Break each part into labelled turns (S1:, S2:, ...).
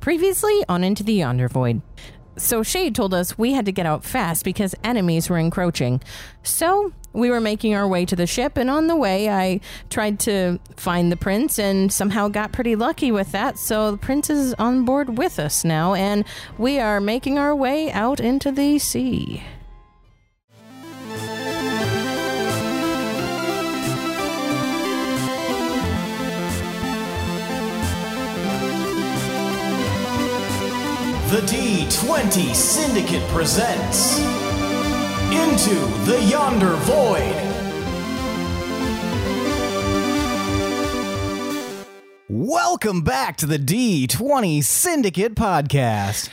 S1: Previously on Into the Yonder Void. So Shade told us we had to get out fast because enemies were encroaching. So we were making our way to the ship, and on the way, I tried to find the prince and somehow got pretty lucky with that. So the prince is on board with us now, and we are making our way out into the sea.
S2: The D20 Syndicate presents Into the Yonder Void. Welcome back to the D20 Syndicate podcast.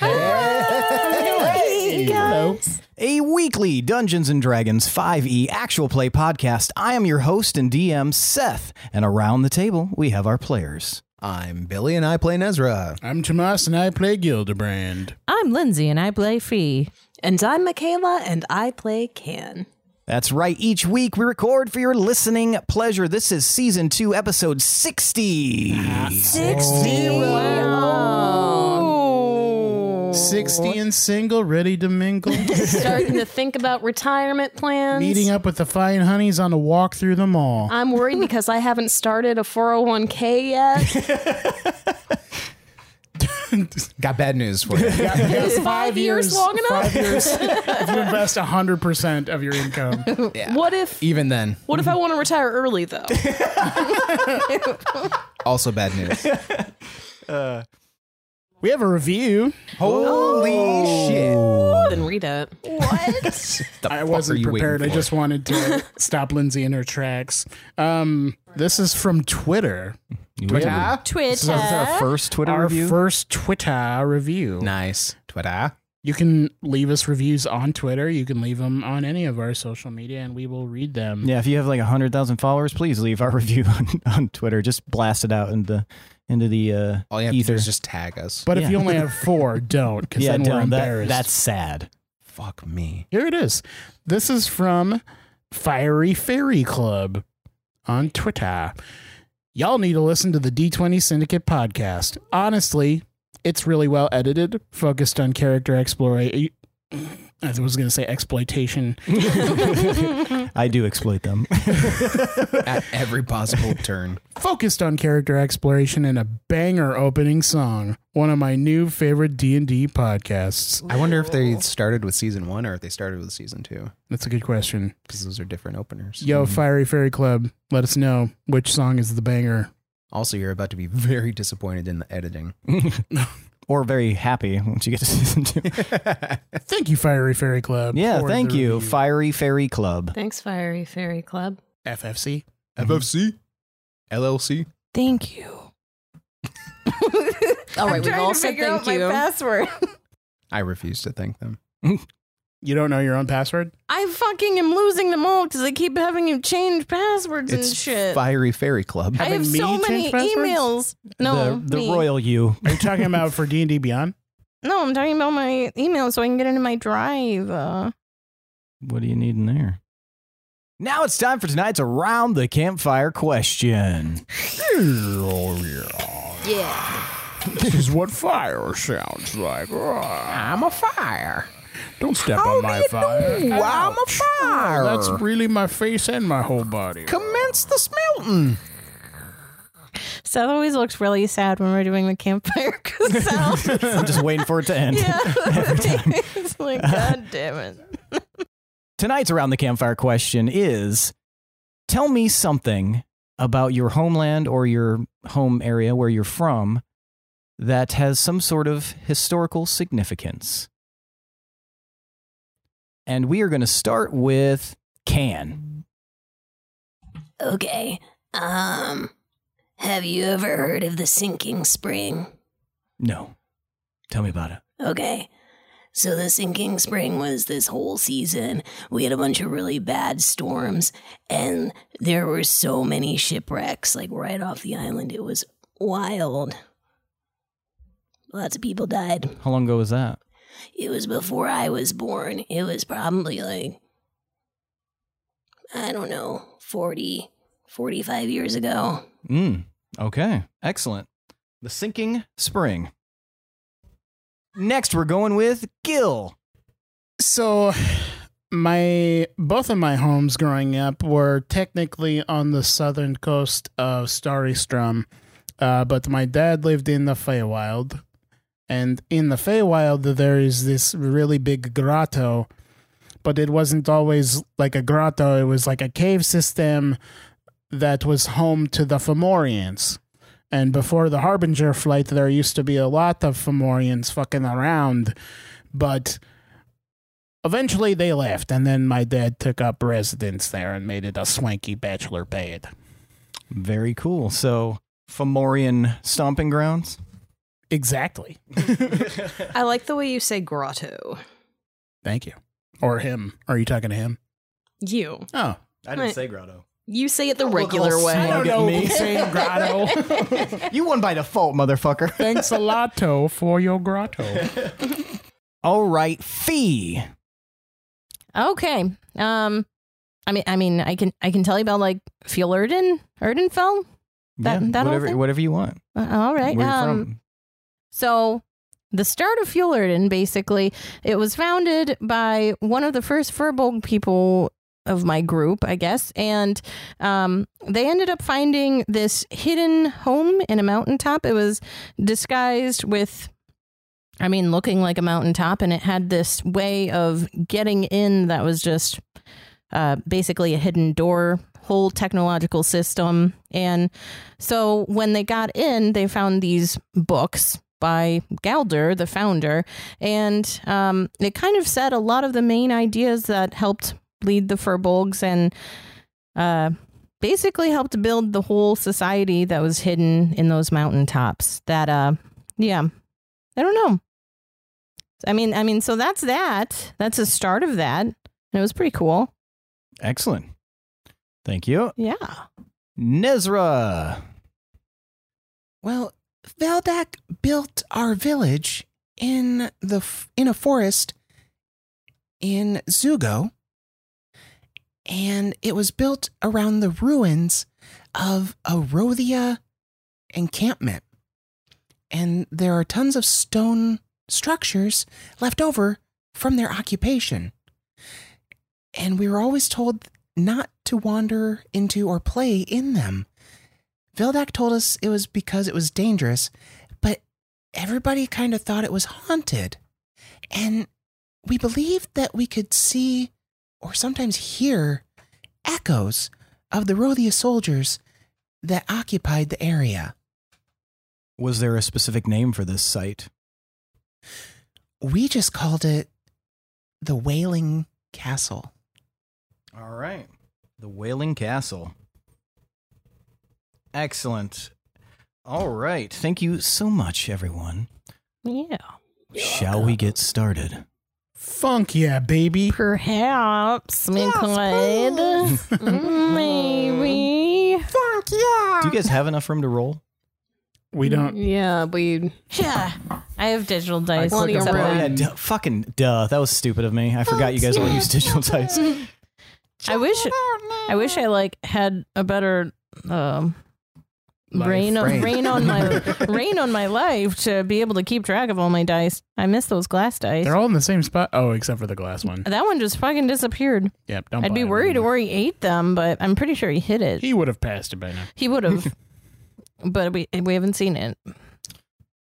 S2: a weekly Dungeons and Dragons 5e actual play podcast. I am your host and DM Seth, and around the table we have our players.
S3: I'm Billy and I play Nezra.
S4: I'm Tomas and I play Gildebrand.
S1: I'm Lindsay, and I play Fee.
S5: And I'm Michaela, and I play Can.
S2: That's right. Each week we record for your listening pleasure. This is season two, episode 60.
S5: 60. Oh.
S1: Oh.
S4: 60 and single, ready to mingle.
S5: Starting to think about retirement plans.
S4: Meeting up with the fine honeys on a walk through the mall.
S5: I'm worried because I haven't started a 401k yet.
S3: Got bad news for you.
S5: Is five years, long enough?
S4: Five years. if you invest 100% of your income.
S5: What if
S3: Even then,
S5: what if I want to retire early though?
S3: also bad news.
S4: Uh, We have a review.
S3: Holy
S5: then read it.
S3: shit.
S4: I
S3: The fuck are
S4: wasn't
S3: you waiting
S4: prepared. I
S3: for?
S4: just wanted to stop Lindsay in her tracks. Um, this is from Twitter. Twitter.
S1: Twitter.
S2: first Twitter
S4: Our first Twitter review.
S3: Nice. Twitter.
S4: You can leave us reviews on Twitter. You can leave them on any of our social media, and we will read them.
S2: Yeah, if you have like hundred thousand followers, please leave our review on, on Twitter. Just blast it out into into the uh,
S3: All you have to
S2: ether.
S3: do is just tag us.
S4: But if
S2: Yeah.
S4: you only have four, don't, because
S2: yeah,
S4: then we're
S2: don't. That-
S4: embarrassed.
S2: that's sad.
S3: fuck me.
S4: Here it is. This is from Fiery Fairy Club on Twitter. Y'all need to listen to the D20 Syndicate podcast. Honestly, it's really well edited, focused on character exploration. I was going to say exploitation.
S2: I do exploit them.
S3: At every possible turn.
S4: focused on character exploration and a banger opening song. One of my new favorite D&D podcasts.
S3: I wonder if they started with season one or if they started with season two
S4: That's a good question.
S3: because those are different openers. Mm-hmm.
S4: Yo,
S6: Mm-hmm.
S4: Fiery Fairy Club, let us know which song is the banger.
S3: Also, you're about to be very disappointed in the editing.
S2: or very happy once you get to season two.
S4: Thank you, Fiery Fairy Club.
S2: yeah,
S4: for
S2: thank
S4: the
S2: you,
S4: review.
S2: Fiery Fairy Club.
S5: Thanks, Fiery Fairy Club.
S4: FFC.
S3: FFC? LLC?
S1: Thank you.
S5: All right, we've all said thank you.
S1: password.
S3: I refuse to thank them.
S4: You don't know your own password?
S1: I fucking am losing them all because I keep having you change passwords and shit.
S3: Fiery Fairy Club.
S1: I have
S4: Having
S1: so
S4: me change
S1: many
S4: passwords?
S1: emails. No,
S2: the, the
S1: me.
S2: royal you.
S4: Are you talking about for D and D Beyond?
S1: No, I'm talking about my email so I can get into my drive. Uh,
S2: What do you need in there? Now it's time for tonight's around the campfire question.
S4: This is what fire sounds like.
S3: I'm a fire.
S4: Don't step
S1: Oh,
S4: on my fire.
S3: I'm a fire.
S4: That's really my face and my whole body.
S3: Commence the smelting.
S1: Seth always looks really sad when we're doing the campfire. 'cause Seth,
S2: I'm just waiting for it to end.
S1: yeah, it's like God damn it.
S2: Tonight's Around the Campfire question is Tell me something about your homeland or your home area where you're from that has some sort of historical significance. And we are going to start with Can.
S7: Okay. Um, have you ever heard of the sinking spring?
S2: No. Tell me about it.
S7: Okay. So the sinking spring was this whole season. We had a bunch of really bad storms and there were so many shipwrecks like right off the island. It was wild. Lots of people died.
S2: How long ago was that?
S7: It was before I was born. It was probably like, I don't know, 40, 45 years ago.
S2: Mm. Okay. Excellent. The Sinking Spring. Next, we're going with Gil.
S4: So my both of my homes growing up were technically on the southern coast of Starrystrom, uh, but my dad lived in the Feywild, and in the Feywild there is this really big grotto, but it wasn't always like a grotto. It was like a cave system that was home to the Fomorians. And before the Harbinger flight, there used to be a lot of Fomorians fucking around, but Eventually, they left, and then my dad took up residence there and made it a swanky bachelor pad.
S2: Very cool. So, Fomorian stomping grounds.
S4: Exactly.
S5: I like the way you say grotto.
S4: Thank you. Or him. Are you talking to him?
S5: You.
S4: Oh.
S2: I
S5: didn't Right.
S2: say grotto.
S5: You say it the
S2: Don't look all
S5: regular way.
S2: I don't know.
S4: Me. Saying grotto.
S2: You won by default, motherfucker.
S4: Thanks a lotto for your grotto.
S2: All right, Fee.
S1: Okay. Um, I mean, I mean, I can, I can tell you about like Fuel Erden, Erdenfell. That- that whole
S2: whatever,
S1: thing?
S2: whatever you want.
S1: Uh, all right.
S2: Where you
S1: um,
S2: from?
S1: So the start of Fjordan, basically, it was founded by one of the first Furbolg people of my group, I guess, and um, they ended up finding this hidden home in a mountaintop. It was disguised with. I mean, looking like a mountaintop, and it had this way of getting in that was just uh, basically a hidden door, whole technological system. And so when they got in, they found these books by Galder, the founder, and um, it kind of said a lot of the main ideas that helped lead the Furbolgs and uh, basically helped build the whole society that was hidden in those mountaintops. That, uh, yeah, I don't know. I mean, I mean, so that's that. That's the start of that. And it was pretty cool.
S2: Excellent. Thank you.
S1: Yeah.
S2: Nezra.
S3: Well, Valdak built our village in the f- in a forest in Zugo, and it was built around the ruins of a Rothia encampment. And there are tons of stone structures left over from their occupation. And we were always told not to wander into or play in them. Vildak told us it was because it was dangerous, but everybody kind of thought it was haunted. And we believed that we could see or sometimes hear echoes of the Rothia soldiers that occupied the area.
S2: Was there a specific name for this site?
S3: We just called it the Wailing Castle.
S2: All right. The Wailing Castle. Excellent. All right. Thank you so much, everyone.
S1: Yeah.
S2: Shall we get started?
S4: Funk yeah, baby.
S1: Perhaps we
S3: Yes,
S1: could.
S8: Mm,
S1: Maybe.
S3: Fuck yeah!
S2: Do you guys have enough room to roll?
S4: We don't.
S5: Yeah, we.
S1: Yeah. I have digital dice.
S5: Plenty of
S1: except
S5: room.
S1: I-
S2: Oh, yeah, duh, fucking duh. That was stupid of me. I forgot you guys all use digital dice.
S1: I wish I wish I like had a better um
S4: Life.
S1: brain on
S3: Brain.
S1: brain on my brain on my life to be able to keep track of all my dice. I miss those glass dice.
S4: They're all in the same spot. Oh, except for the glass one.
S1: that one just fucking disappeared.
S4: Yep. Don't
S1: I'd
S4: buy
S1: be
S4: it.
S1: worried Ori ate them, but I'm pretty sure he hit it.
S4: He would have passed it by now.
S1: He would have. but we we haven't seen it.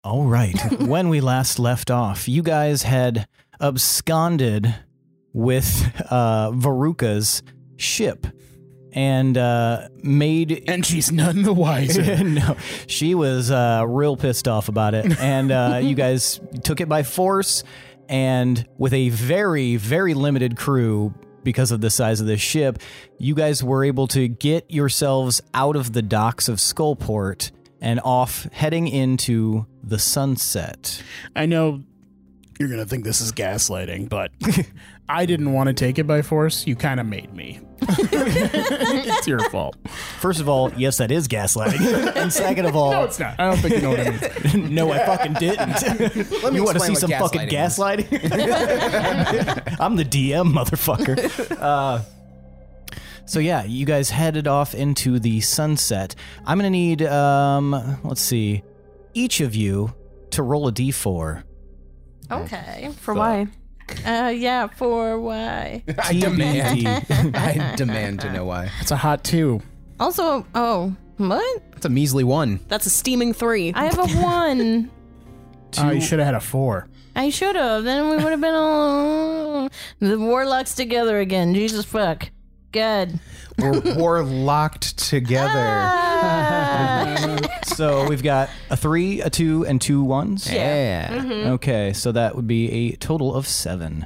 S2: All right. when we last left off, you guys had absconded with uh, Veruca's ship and uh, made
S4: And she's none the wiser.
S2: no, she was uh, real pissed off about it, and uh, you guys took it by force, and with a very, very limited crew because of the size of this ship, you guys were able to get yourselves out of the docks of Skullport and off, heading into the sunset.
S4: I know you're going to think this is gaslighting, but I didn't want to take it by force. You kind of made me. it's your fault.
S2: First of all, yes, that is gaslighting, and second of all,
S4: No, it's not. I don't think you know what I mean.
S2: no, I fucking didn't.
S3: Let me
S2: you want to see some
S3: explain what
S2: fucking
S3: gaslighting
S2: gaslighting? I'm the DM, motherfucker. Uh, so yeah, you guys headed off into the sunset. I'm gonna need, um, let's see, each of you to roll a d4.
S1: Okay.
S6: For why?
S1: Uh, yeah, for why?
S3: I demand. I demand to know why.
S4: It's a hot two.
S1: Also, oh, what?
S3: It's a measly one.
S6: That's a steaming three.
S1: I have a one.
S4: Oh, you should have had a four.
S1: I should have. Then we would have been all the warlocks together again. Jesus fuck. Good.
S3: We're, we're locked together.
S2: So we've got a three, a two, and two ones.
S3: Yeah.
S1: Mm-hmm.
S2: Okay, so that would be a total of seven.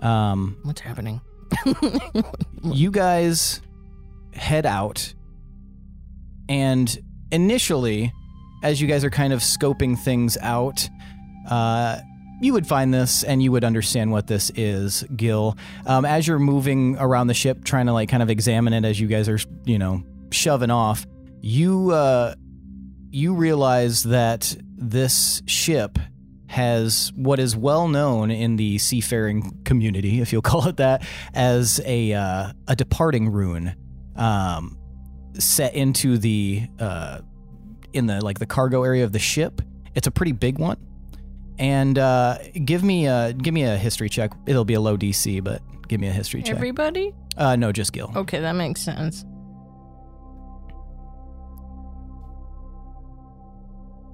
S2: Um,
S1: What's happening?
S2: you guys head out and initially as you guys are kind of scoping things out uh, you would find this and you would understand what this is gil um, as you're moving around the ship trying to like kind of examine it as you guys are you know shoving off you uh, you realize that this ship has what is well known in the seafaring community, if you'll call it that, as a uh, a departing rune, um, set into the uh, in the like the cargo area of the ship. It's a pretty big one, and uh, give me a give me a history check. It'll be a low DC, but give me a history check.
S1: Everybody?
S2: uh, no, just Gil.
S1: Okay, that makes sense.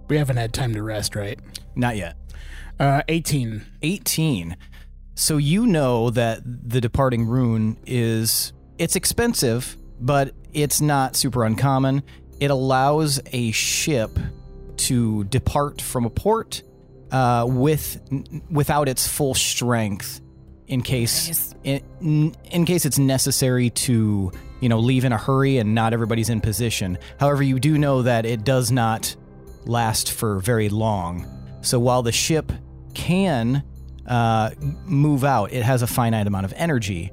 S4: We haven't had time to rest, right?
S2: Not yet.
S4: Uh, 18.
S2: 18. So you know that the departing rune is it's expensive, but it's not super uncommon. It allows a ship to depart from a port uh, with n- without its full strength in case in, in case it's necessary to you know leave in a hurry and not everybody's in position. However, you do know that it does not last for very long. So while the ship can uh, move out, it has a finite amount of energy.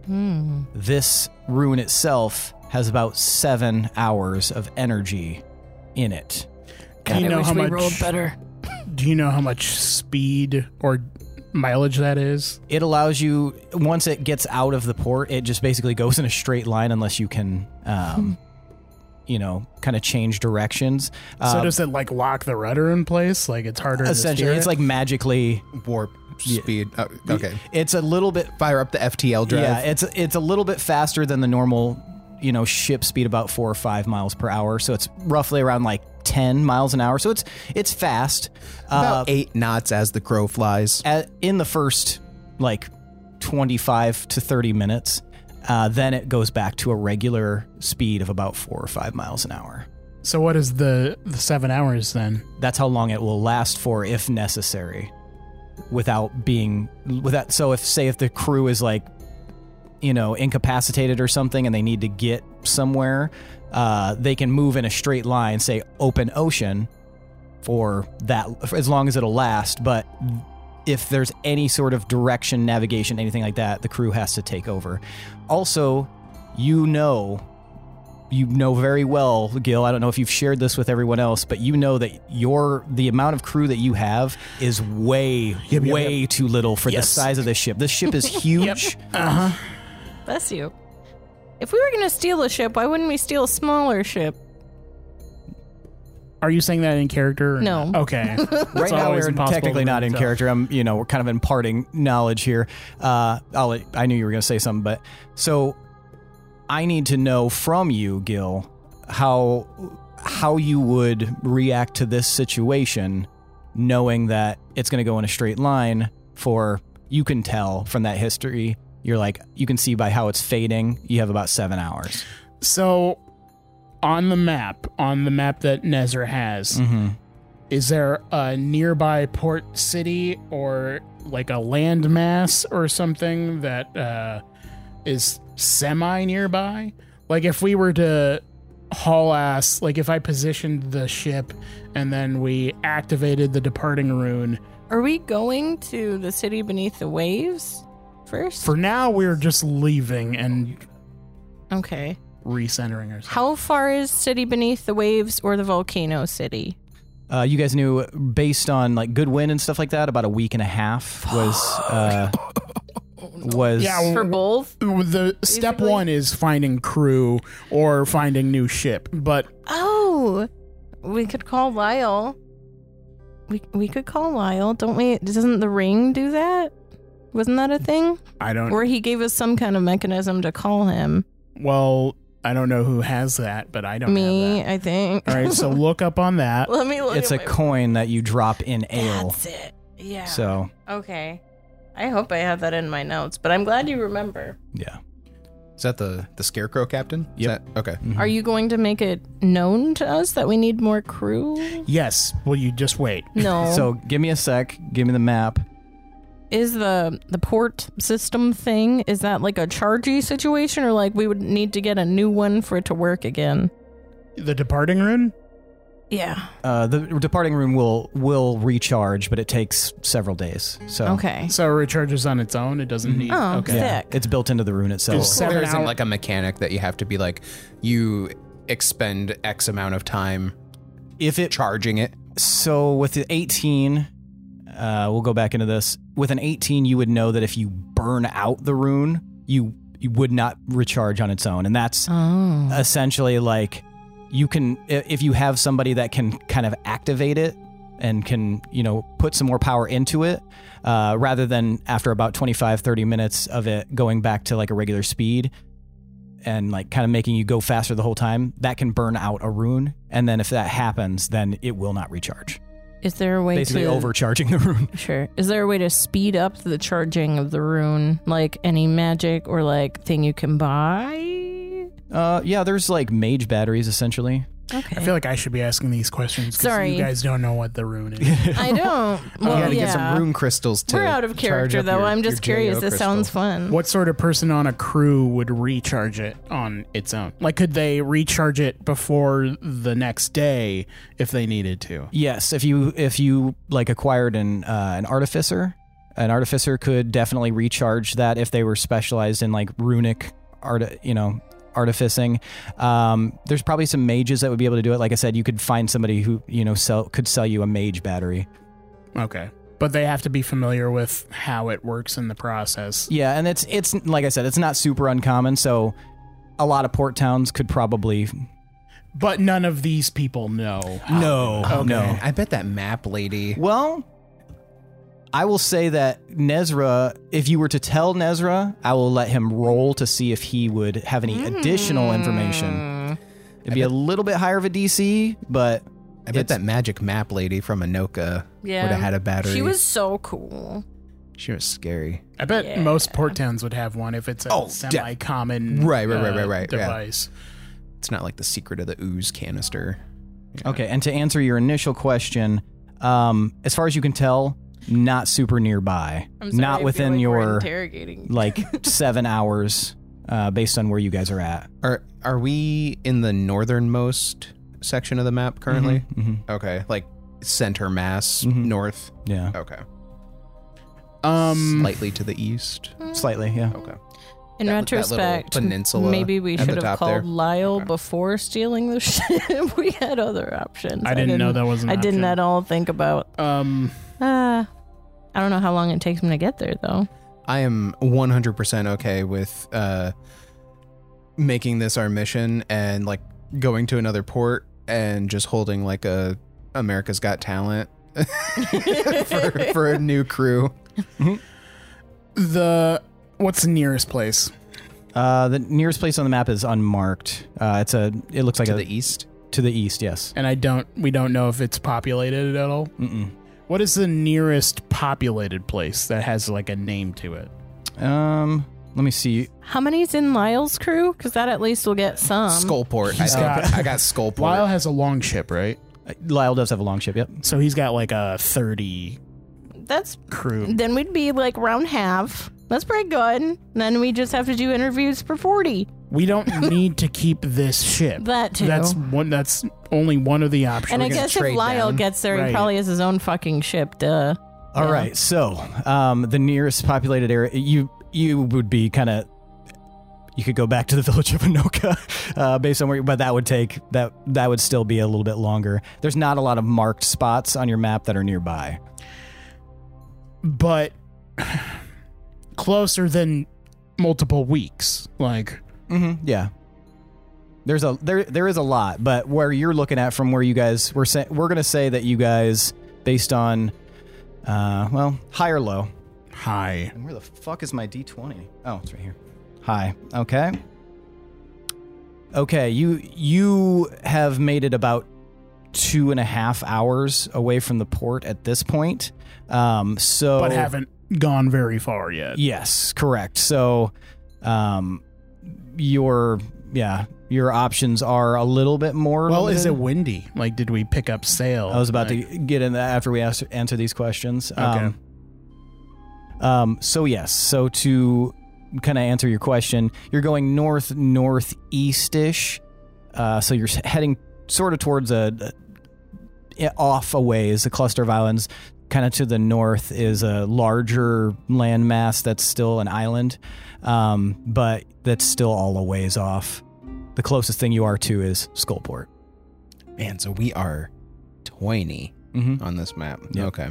S2: This rune itself has about seven hours of energy in it.
S4: Do you know how much?
S6: better.
S4: Do you know how much speed or mileage that is?
S2: It allows you once it gets out of the port, it just basically goes in a straight line unless you can, um, you know, kind of change directions.
S4: so
S2: Um,
S4: does it like lock the rudder in place? Like it's harder.
S2: essentially,
S4: to steer
S2: it's
S4: it?
S2: like magically.
S3: Warp speed. Oh, okay.
S2: It's a little bit
S3: Fire up the FTL drive.
S2: Yeah, it's it's a little bit faster than the normal, you know, ship speed, about four or five miles per hour. So it's roughly around like ten miles an hour. So it's it's fast.
S3: About eight knots as the crow flies.
S2: At, in the first like twenty five to thirty minutes, uh, then it goes back to a regular speed of about four or five miles an hour.
S4: So what is the the seven hours then?
S2: That's how long it will last for, if necessary, without being without. So if say if the crew is like, you know, incapacitated or something, and they need to get somewhere, uh, they can move in a straight line, say open ocean, for that for as long as it'll last. But if there's any sort of direction, navigation, anything like that, the crew has to take over. Also, you know you know very well, Gil. I don't know if you've shared this with everyone else, but you know that your the amount of crew that you have is way,
S4: yep,
S2: way too little for the size of this ship. This ship is huge.
S4: Uh-huh.
S1: Bless you. If we were going to steal a ship, why wouldn't we steal a smaller ship?
S4: Are you saying that in character? or
S1: No.
S4: not? Okay.
S2: Right now
S4: always
S2: we're
S4: impossible
S2: technically
S4: to
S2: not in
S4: tell.
S2: character. I'm, you know, we're kind of imparting knowledge here. Uh, I'll, let- I knew you were going to say something, but so I need to know from you, Gil, how how you would react to this situation, knowing that it's going to go in a straight line. For you can tell from that history, you're like you can see by how it's fading. You have about seven hours.
S4: so on the map, on the map that Nezzer has,
S2: Mm-hmm.
S4: is there a nearby port city or like a landmass or something that uh, is semi nearby? Like if we were to haul ass, like if I positioned the ship and then we activated the departing rune.
S1: Are we going to the city beneath the waves first?
S4: For now, we're just leaving and
S1: okay.
S4: recentering ourselves.
S1: How far is city beneath the waves or the volcano city?
S2: Uh, you guys knew based on like good wind and stuff like that. About a week and a half was uh, was
S4: Yeah, well,
S5: For both?
S4: the step
S1: Basically-
S4: one is finding crew or finding new ship, but
S1: Oh, we could call Lyle. We we could call Lyle, don't we? Doesn't the ring do that? Wasn't that a thing?
S4: I don't.
S1: Where he gave us some kind of mechanism to call him.
S4: Well, I don't know who has that, but I don't.
S1: Me,
S4: Have
S1: I think.
S4: that. All right, so look up on that.
S1: Let me look.
S2: It's a
S1: at my-
S2: coin that you drop in ale.
S1: That's it. Yeah.
S2: So,
S1: Okay. I hope I have that in my notes, but I'm glad you remember.
S2: yeah.
S6: Is that the the scarecrow captain? Is
S2: Yep.
S6: that- okay.
S4: Mm-hmm.
S1: Are you going to make it known to us that we need more crew?
S4: Yes. Well, you just wait.
S1: No.
S2: So, give me a sec. Give me the map.
S1: is the the port system thing is that like a chargey situation or like we would need to get a new one for it to work again?
S4: The departing rune.
S1: Yeah.
S2: Uh, the departing room will will recharge, but it takes several days. So, Mm-hmm.
S1: Okay.
S4: So it recharges on its own. It doesn't need.
S1: Oh,
S4: okay.
S2: Yeah,
S1: Sick.
S2: it's built into the rune itself.
S4: Just-
S6: Well,
S4: Seven
S6: there isn't
S4: hour-
S6: like a mechanic that you have to be like you expend X amount of time
S2: If it
S6: charging it.
S2: so with the 18 uh, we'll go back into this with an 18 you would know that if you burn out the rune you, you would not recharge on its own and that's
S1: Oh.
S2: essentially like you can i- if you have somebody that can kind of activate it and can you know put some more power into it uh, rather than after about 25 30 minutes of it going back to like a regular speed and like kind of making you go faster the whole time that can burn out a rune and then if that happens then it will not recharge
S1: Is there a way
S2: basically
S1: to
S2: overcharging the rune
S1: Sure. Is there a way to speed up the charging of the rune? Like any magic or like thing you can buy?
S2: uh, yeah there's like mage batteries essentially
S1: Okay.
S4: I feel like I should be asking these questions. 'cause
S1: Sorry.
S4: You guys don't know what the rune is.
S1: I don't. Well,
S6: you gotta
S1: yeah.
S6: get some rune crystals to
S1: We're out of
S6: charge
S1: character
S6: up
S1: though.
S6: your-
S1: I'm
S6: your
S1: just
S6: JO
S1: curious. This
S6: crystal.
S1: sounds fun.
S4: What sort of person on a crew would recharge it on its own? Like, could they recharge it before the next day if they needed to?
S2: Yes, if you if you like acquired an uh, an artificer, an artificer could definitely recharge that if they were specialized in like runic art, you know, artificing. Um, there's probably some mages that would be able to do it. Like I said, you could find somebody who you know sell could sell you a mage battery.
S4: Okay. But they have to be familiar with how it works in the process.
S2: Yeah, and it's it's like I said, it's not super uncommon. So a lot of port towns could probably
S4: But none of these people know. how-
S2: no
S4: Okay.
S2: no
S6: Oh, I bet that map lady.
S2: Well, I will say that Nezra, if you were to tell Nezra, I will let him roll to see if he would have any additional
S6: Hmm.
S2: information. It'd be a little bit higher of a DC, but
S6: I bet
S2: It's-
S6: that magic map lady from Anoka
S1: Yeah.
S6: would have had a battery.
S1: She was so cool.
S6: she was scary.
S4: I bet
S1: Yeah.
S4: most port towns would have one if it's a
S6: Oh, def-
S4: semi common
S6: Right, right, right, right, right, yeah.
S4: device.
S6: It's not like the secret of the ooze canister.
S2: okay. And to answer your initial question, um, as far as you can tell, not super nearby, not within your
S1: interrogating.
S2: like seven hours, uh, based on where you guys are at
S6: Are are we in the northernmost section of the map currently?
S2: Mhm,
S6: Okay, like center mass
S2: Mhm.
S6: north.
S2: mhm, Yeah,
S6: Okay,
S4: Um,
S6: slightly to the east.
S2: slightly. Yeah.
S6: Okay,
S1: Hmm. In
S6: that- that little
S1: retrospect,
S6: peninsula
S1: maybe we
S6: at the
S1: should have
S6: top
S1: called
S6: there.
S1: Lyle
S6: Okay.
S1: before stealing the ship. we had other options.
S4: I didn't know that was an
S1: I didn't
S4: option.
S1: at all think about.
S4: Um,
S1: Uh, I don't know how long it takes him to get there though.
S6: I am 100% okay with uh, making this our mission and like going to another port and just holding like a America's Got Talent for, for a new crew.
S4: the what's the nearest place?
S2: Uh, the nearest place on the map is unmarked. Uh, it's a. It looks like
S6: to
S2: a
S6: the east.
S2: to the east. Yes.
S4: And I don't. We don't know if it's populated at all.
S2: Mm-mm.
S4: What is the nearest populated place that has like a name to it?
S2: Um, let me see.
S1: How many's in Lyle's crew? Because that at least will get some.
S6: Skullport. I,
S4: he's got-
S6: got, I got Skullport.
S4: Lyle has a long ship, right?
S2: Lyle does have a long ship. Yep.
S4: So he's got like a 30
S1: That's
S4: crew.
S1: then we'd be like round half. That's pretty good. And then we just have to do interviews for forty.
S4: We don't need to keep this ship.
S1: That too.
S4: That's one that's only one of the options.
S1: and I
S6: gonna
S1: guess if
S6: trade
S1: Lyle
S6: down.
S1: gets there,
S4: Right.
S1: he probably has his own fucking ship. Duh.
S2: All
S1: Yeah.
S2: right. So, um, the nearest populated area you you would be kind of you could go back to the village of Anoka, uh, based on where, you, but that would take that that would still be a little bit longer. There's not a lot of marked spots on your map that are nearby.
S4: but closer than multiple weeks. Like
S2: Mm-hmm. Yeah. There's a there there is a lot, but where you're looking at from where you guys we're saying we're gonna say that you guys based on, uh, well, high or low.
S4: Hi.
S2: And where the fuck is my d20? Oh, it's right here. Hi. Okay. Okay, you you have made it about two and a half hours away from the port at this point. Um, so
S4: But haven't gone very far yet.
S2: Yes, correct. So, um, your yeah, your options are a little bit more.
S4: Well, is it
S2: limited.
S4: windy? Like, did we pick up sail?
S2: I was about to get in that after we ask, answer these questions. Um, um. So yes. So to kind of answer your question, you're going north northeast ish. Uh. So you're s- heading sort of towards a, a off a ways. A cluster of islands. Kind of to the north is a larger landmass that's still an island, um, but that's still all a ways off. The closest thing you are to is Skullport.
S6: Man, so we are 20
S2: Mm-hmm.
S6: on this map.
S2: Yeah.
S6: Okay.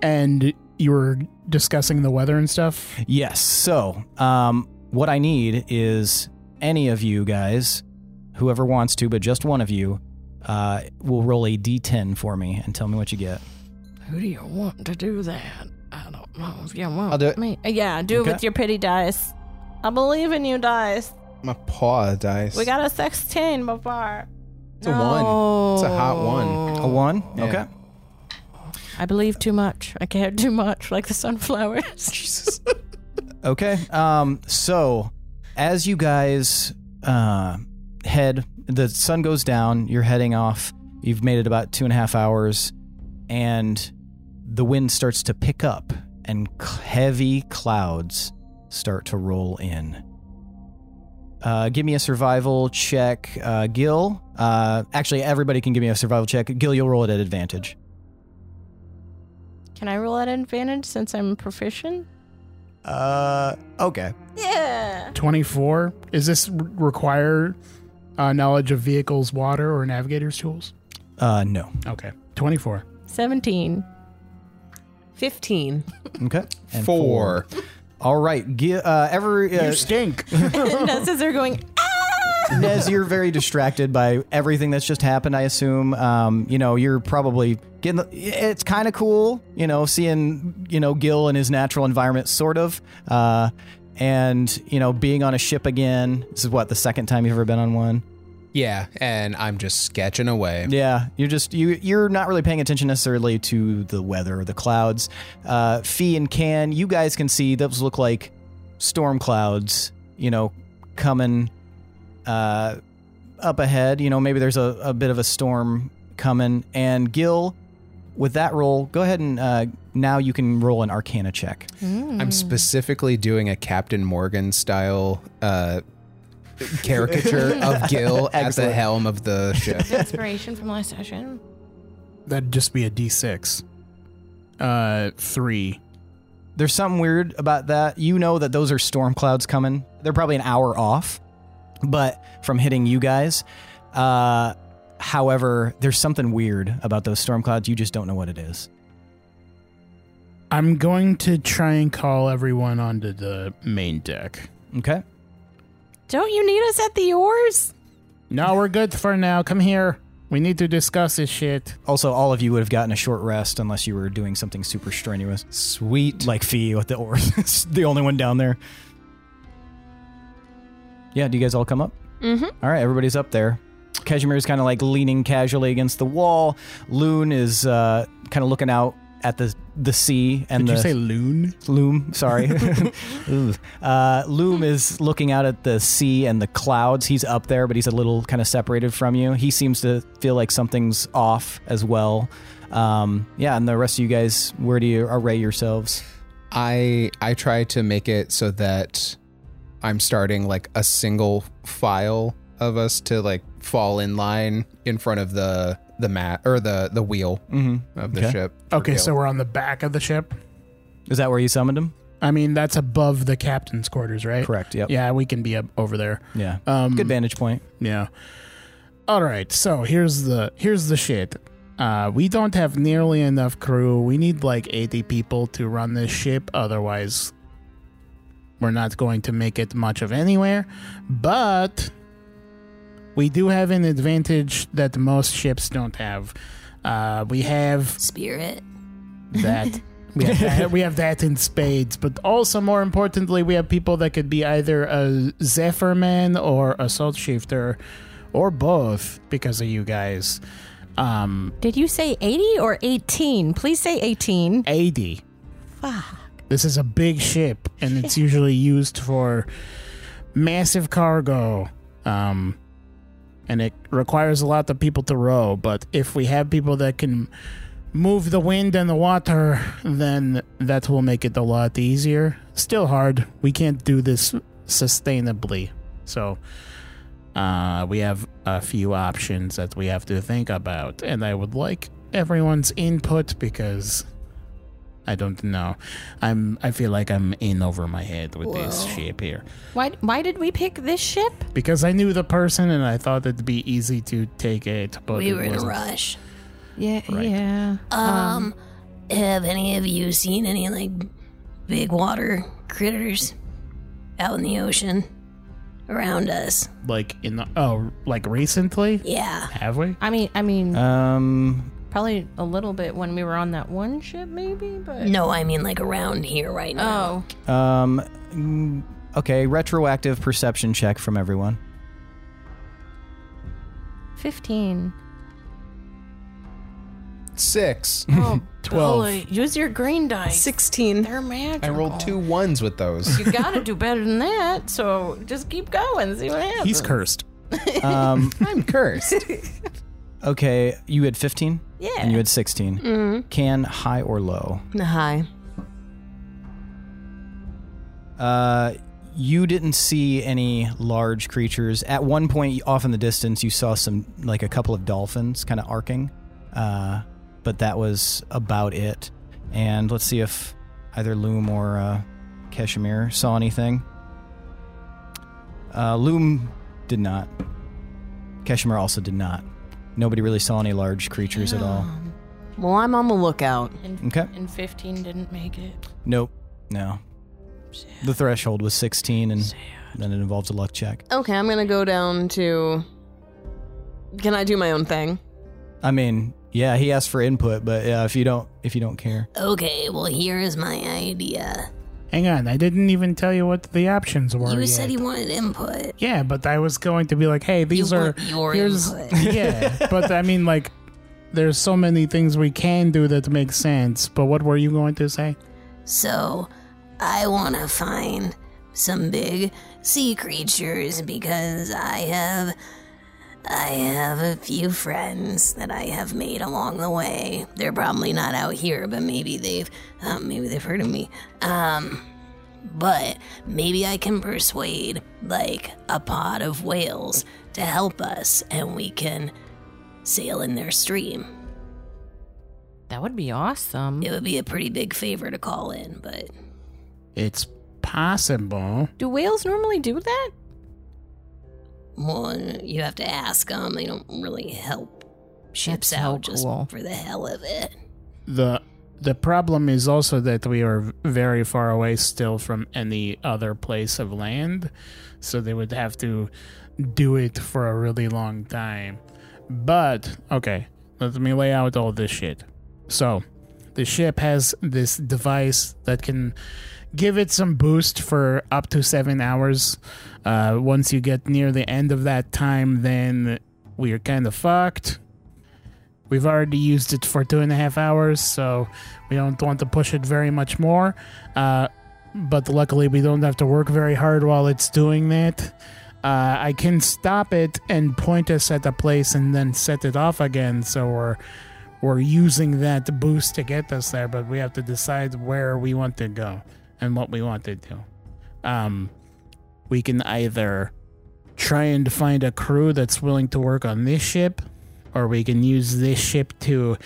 S4: And you were discussing the weather and stuff.
S2: Yes. So, um, what I need is any of you guys, whoever wants to, but just one of you, uh, will roll a d10 for me and tell me what you get.
S1: Who do you want to do that? I don't know if you want
S6: I'll do it.
S1: me. Yeah, do
S2: Okay.
S1: it with your pity dice. I believe in you, dice.
S6: My paw dice.
S1: We got a 16 before.
S6: It's a one. It's a hot one.
S2: A one.
S6: Yeah.
S2: Okay.
S1: I believe too much. I care too much, like the sunflowers. Jesus.
S2: Okay. Um, so, as you guys uh, head, the sun goes down. You're heading off. You've made it about two and a half hours, and the wind starts to pick up, and c- heavy clouds start to roll in. Uh, give me a survival check, uh, Gil. Uh, actually, everybody can give me a survival check. Gil, you'll roll it at advantage.
S1: Can I roll at advantage since I'm proficient?
S2: Uh, okay.
S1: Yeah.
S4: Twenty-four. Is this re- require uh, knowledge of vehicles, water, or navigators' tools?
S2: Uh, no.
S4: Okay. Twenty-four.
S1: 17.
S8: 15.
S2: Okay. And
S6: four.
S2: All right. Gi- uh, every uh,
S4: you stink.
S1: no, since they're going,
S2: Nez, you're very distracted by everything that's just happened. I assume. Um, you know, you're probably getting. The, it's kind of cool, you know, seeing you know Gil in his natural environment, sort of. Uh, and you know, being on a ship again. This is what the second time you've ever been on one.
S6: Yeah, and I'm just sketching away.
S2: Yeah, you're just you you're not really paying attention necessarily to the weather or the clouds. Uh, Fee and Can, you guys can see those look like storm clouds. You know, coming uh, up ahead. You know, maybe there's a, a bit of a storm coming. And Gil, with that roll, go ahead and uh, now you can roll an Arcana check.
S6: I'm specifically doing a Captain Morgan style uh, caricature of Gil at the
S2: Excellent.
S6: helm of the ship.
S1: inspiration from last session.
S4: That'd just be a D6. Uh, three.
S2: There's something weird about that. You know that those are storm clouds coming. They're probably an hour off, but from hitting you guys. Uh, however, there's something weird about those storm clouds. You just don't know what it is.
S4: I'm going to try and call everyone onto the main deck.
S2: Okay.
S1: Don't you need us at the oars?
S4: No, we're good for now. Come here. We need to discuss this shit.
S2: Also, all of you would have gotten a short rest unless you were doing something super strenuous,
S6: Sweet.
S2: like Fee with the oar. It's the only one down there. Yeah. Do you guys all come up?
S5: Mm-hmm.
S2: All right, everybody's up there. Kashmir is kind of like leaning casually against the wall. Loon is uh, kind of looking out at the the sea and
S4: Did
S2: the
S4: you say loon?
S2: loom. Sorry, Ooh. uh, loom is looking out at the sea and the clouds. He's up there, but he's a little kind of separated from you. He seems to feel like something's off as well. Um, yeah, and the rest of you guys, where do you array yourselves?
S6: I I try to make it so that I'm starting like a single file of us to like fall in line in front of the the mat or the the wheel
S2: Mm-hmm.
S6: of the
S2: Okay.
S6: ship. for
S4: Okay,
S6: Gil.
S4: so we're on the back of the ship.
S2: Is that where you summoned him?
S4: I mean, that's above the captain's quarters, right?
S2: Correct. Yep. Yeah.
S4: Yeah, we can be up over there. Um,
S2: Good vantage point.
S4: Yeah. All right. So here's the here's the shit. Uh, we don't have nearly enough crew. We need like 80 people to run this ship. Otherwise, we're not going to make it much of anywhere. But we do have an advantage that most ships don't have. Uh, we have
S7: Spirit.
S4: that. We have that, we have that in spades, but also more importantly, we have people that could be either a Zephyr man or a Salt Shifter, or both because of you guys. Um,
S1: Did you say 80 or 18? Please say 18.
S4: eighty.
S1: Fuck.
S4: This is a big ship, and it's usually used for massive cargo. Um, and it requires a lot of people to row. But if we have people that can move the wind and the water, then that will make it a lot easier. Still hard. We can't do this sustainably. So uh, we have a few options that we have to think about. And I would like everyone's input because I don't know. I'm. I feel like I'm in over my head with this ship here
S1: Why, why did we pick this ship?
S4: because I knew the person and I thought it'd be easy to take it, but
S7: we
S4: it
S7: were in a
S4: wasn't.
S7: rush.
S1: Yeah,
S4: Right.
S1: yeah.
S7: Um, have any of you seen any like big water critters out in the ocean around us?
S4: Like in the oh, like recently?
S7: Yeah.
S4: Have we?
S1: I mean, I mean,
S2: Um,
S1: probably a little bit when we were on that one ship, maybe, but.
S7: No, I mean like around here right now.
S1: Oh,
S2: um, mm, okay, retroactive perception check from everyone.
S1: 15.
S6: Six.
S1: Oh,
S4: Twelve.
S1: bully, use your green dice.
S8: 16.
S1: They're magical.
S6: I rolled two ones with those.
S1: You gotta do better than that, so just keep going. See what happens.
S4: He's cursed.
S2: Um,
S6: I'm cursed.
S2: okay, you had 15
S1: Yeah.
S2: and you had 16.
S4: Mm-hmm.
S2: Can high or low?
S8: Hi.
S2: Uh, you didn't see any large creatures. At one point, off in the distance, you saw some, like a couple of dolphins kind of arcing. Uh, but that was about it. And let's see if either Loom or uh, Kashmir saw anything. Uh, Loom did not. Kashmir also did not. Nobody really saw any large creatures at all.
S8: Well, I'm on the lookout.
S1: And,
S2: Okay.
S1: and 15 didn't make it.
S2: Nope. No. The threshold was 16, and then it involved a luck check.
S8: Okay, I'm gonna go down to. Can I do my own thing?
S2: I mean, yeah, he asked for input, but yeah, if you don't, if you don't care,
S7: Okay, well here is my idea.
S4: Hang on, I didn't even tell you what the options were.
S7: You
S4: yet.
S7: said he wanted input.
S4: yeah, but I was going to be like, hey, these
S7: you
S4: are
S7: want your
S4: here's-
S7: input.
S4: yeah, but I mean like. There's so many things we can do that make sense, but what were you going to say?
S7: So I want to find some big sea creatures because I have I have a few friends that I have made along the way. They're probably not out here, but maybe they've um, maybe they've heard of me. Um, but maybe I can persuade like a pod of whales to help us, and we can sail in their stream.
S1: That would be awesome.
S7: It would be a pretty big favor to call in, but
S4: It's possible.
S1: Do whales normally do that?
S7: Well, you have to ask them. They don't really help ships
S1: That's so
S7: out just
S1: cool.
S7: for the hell of it.
S4: the the problem is also that we are very far away still from any other place of land so they would have to do it for a really long time but okay let me lay out all this shit so the ship has this device that can give it some boost for up to seven hours uh, once you get near the end of that time then we're kind of fucked We've already used it for two and a half hours, so we don't want to push it very much more. Uh, but luckily, we don't have to work very hard while it's doing that. Uh, I can stop it and point us at a place and then set it off again, so we're we're using that boost to get us there. But we have to decide where we want to go and what we want to do. Um, we can either try and find a crew that's willing to work on this ship or we can use this ship to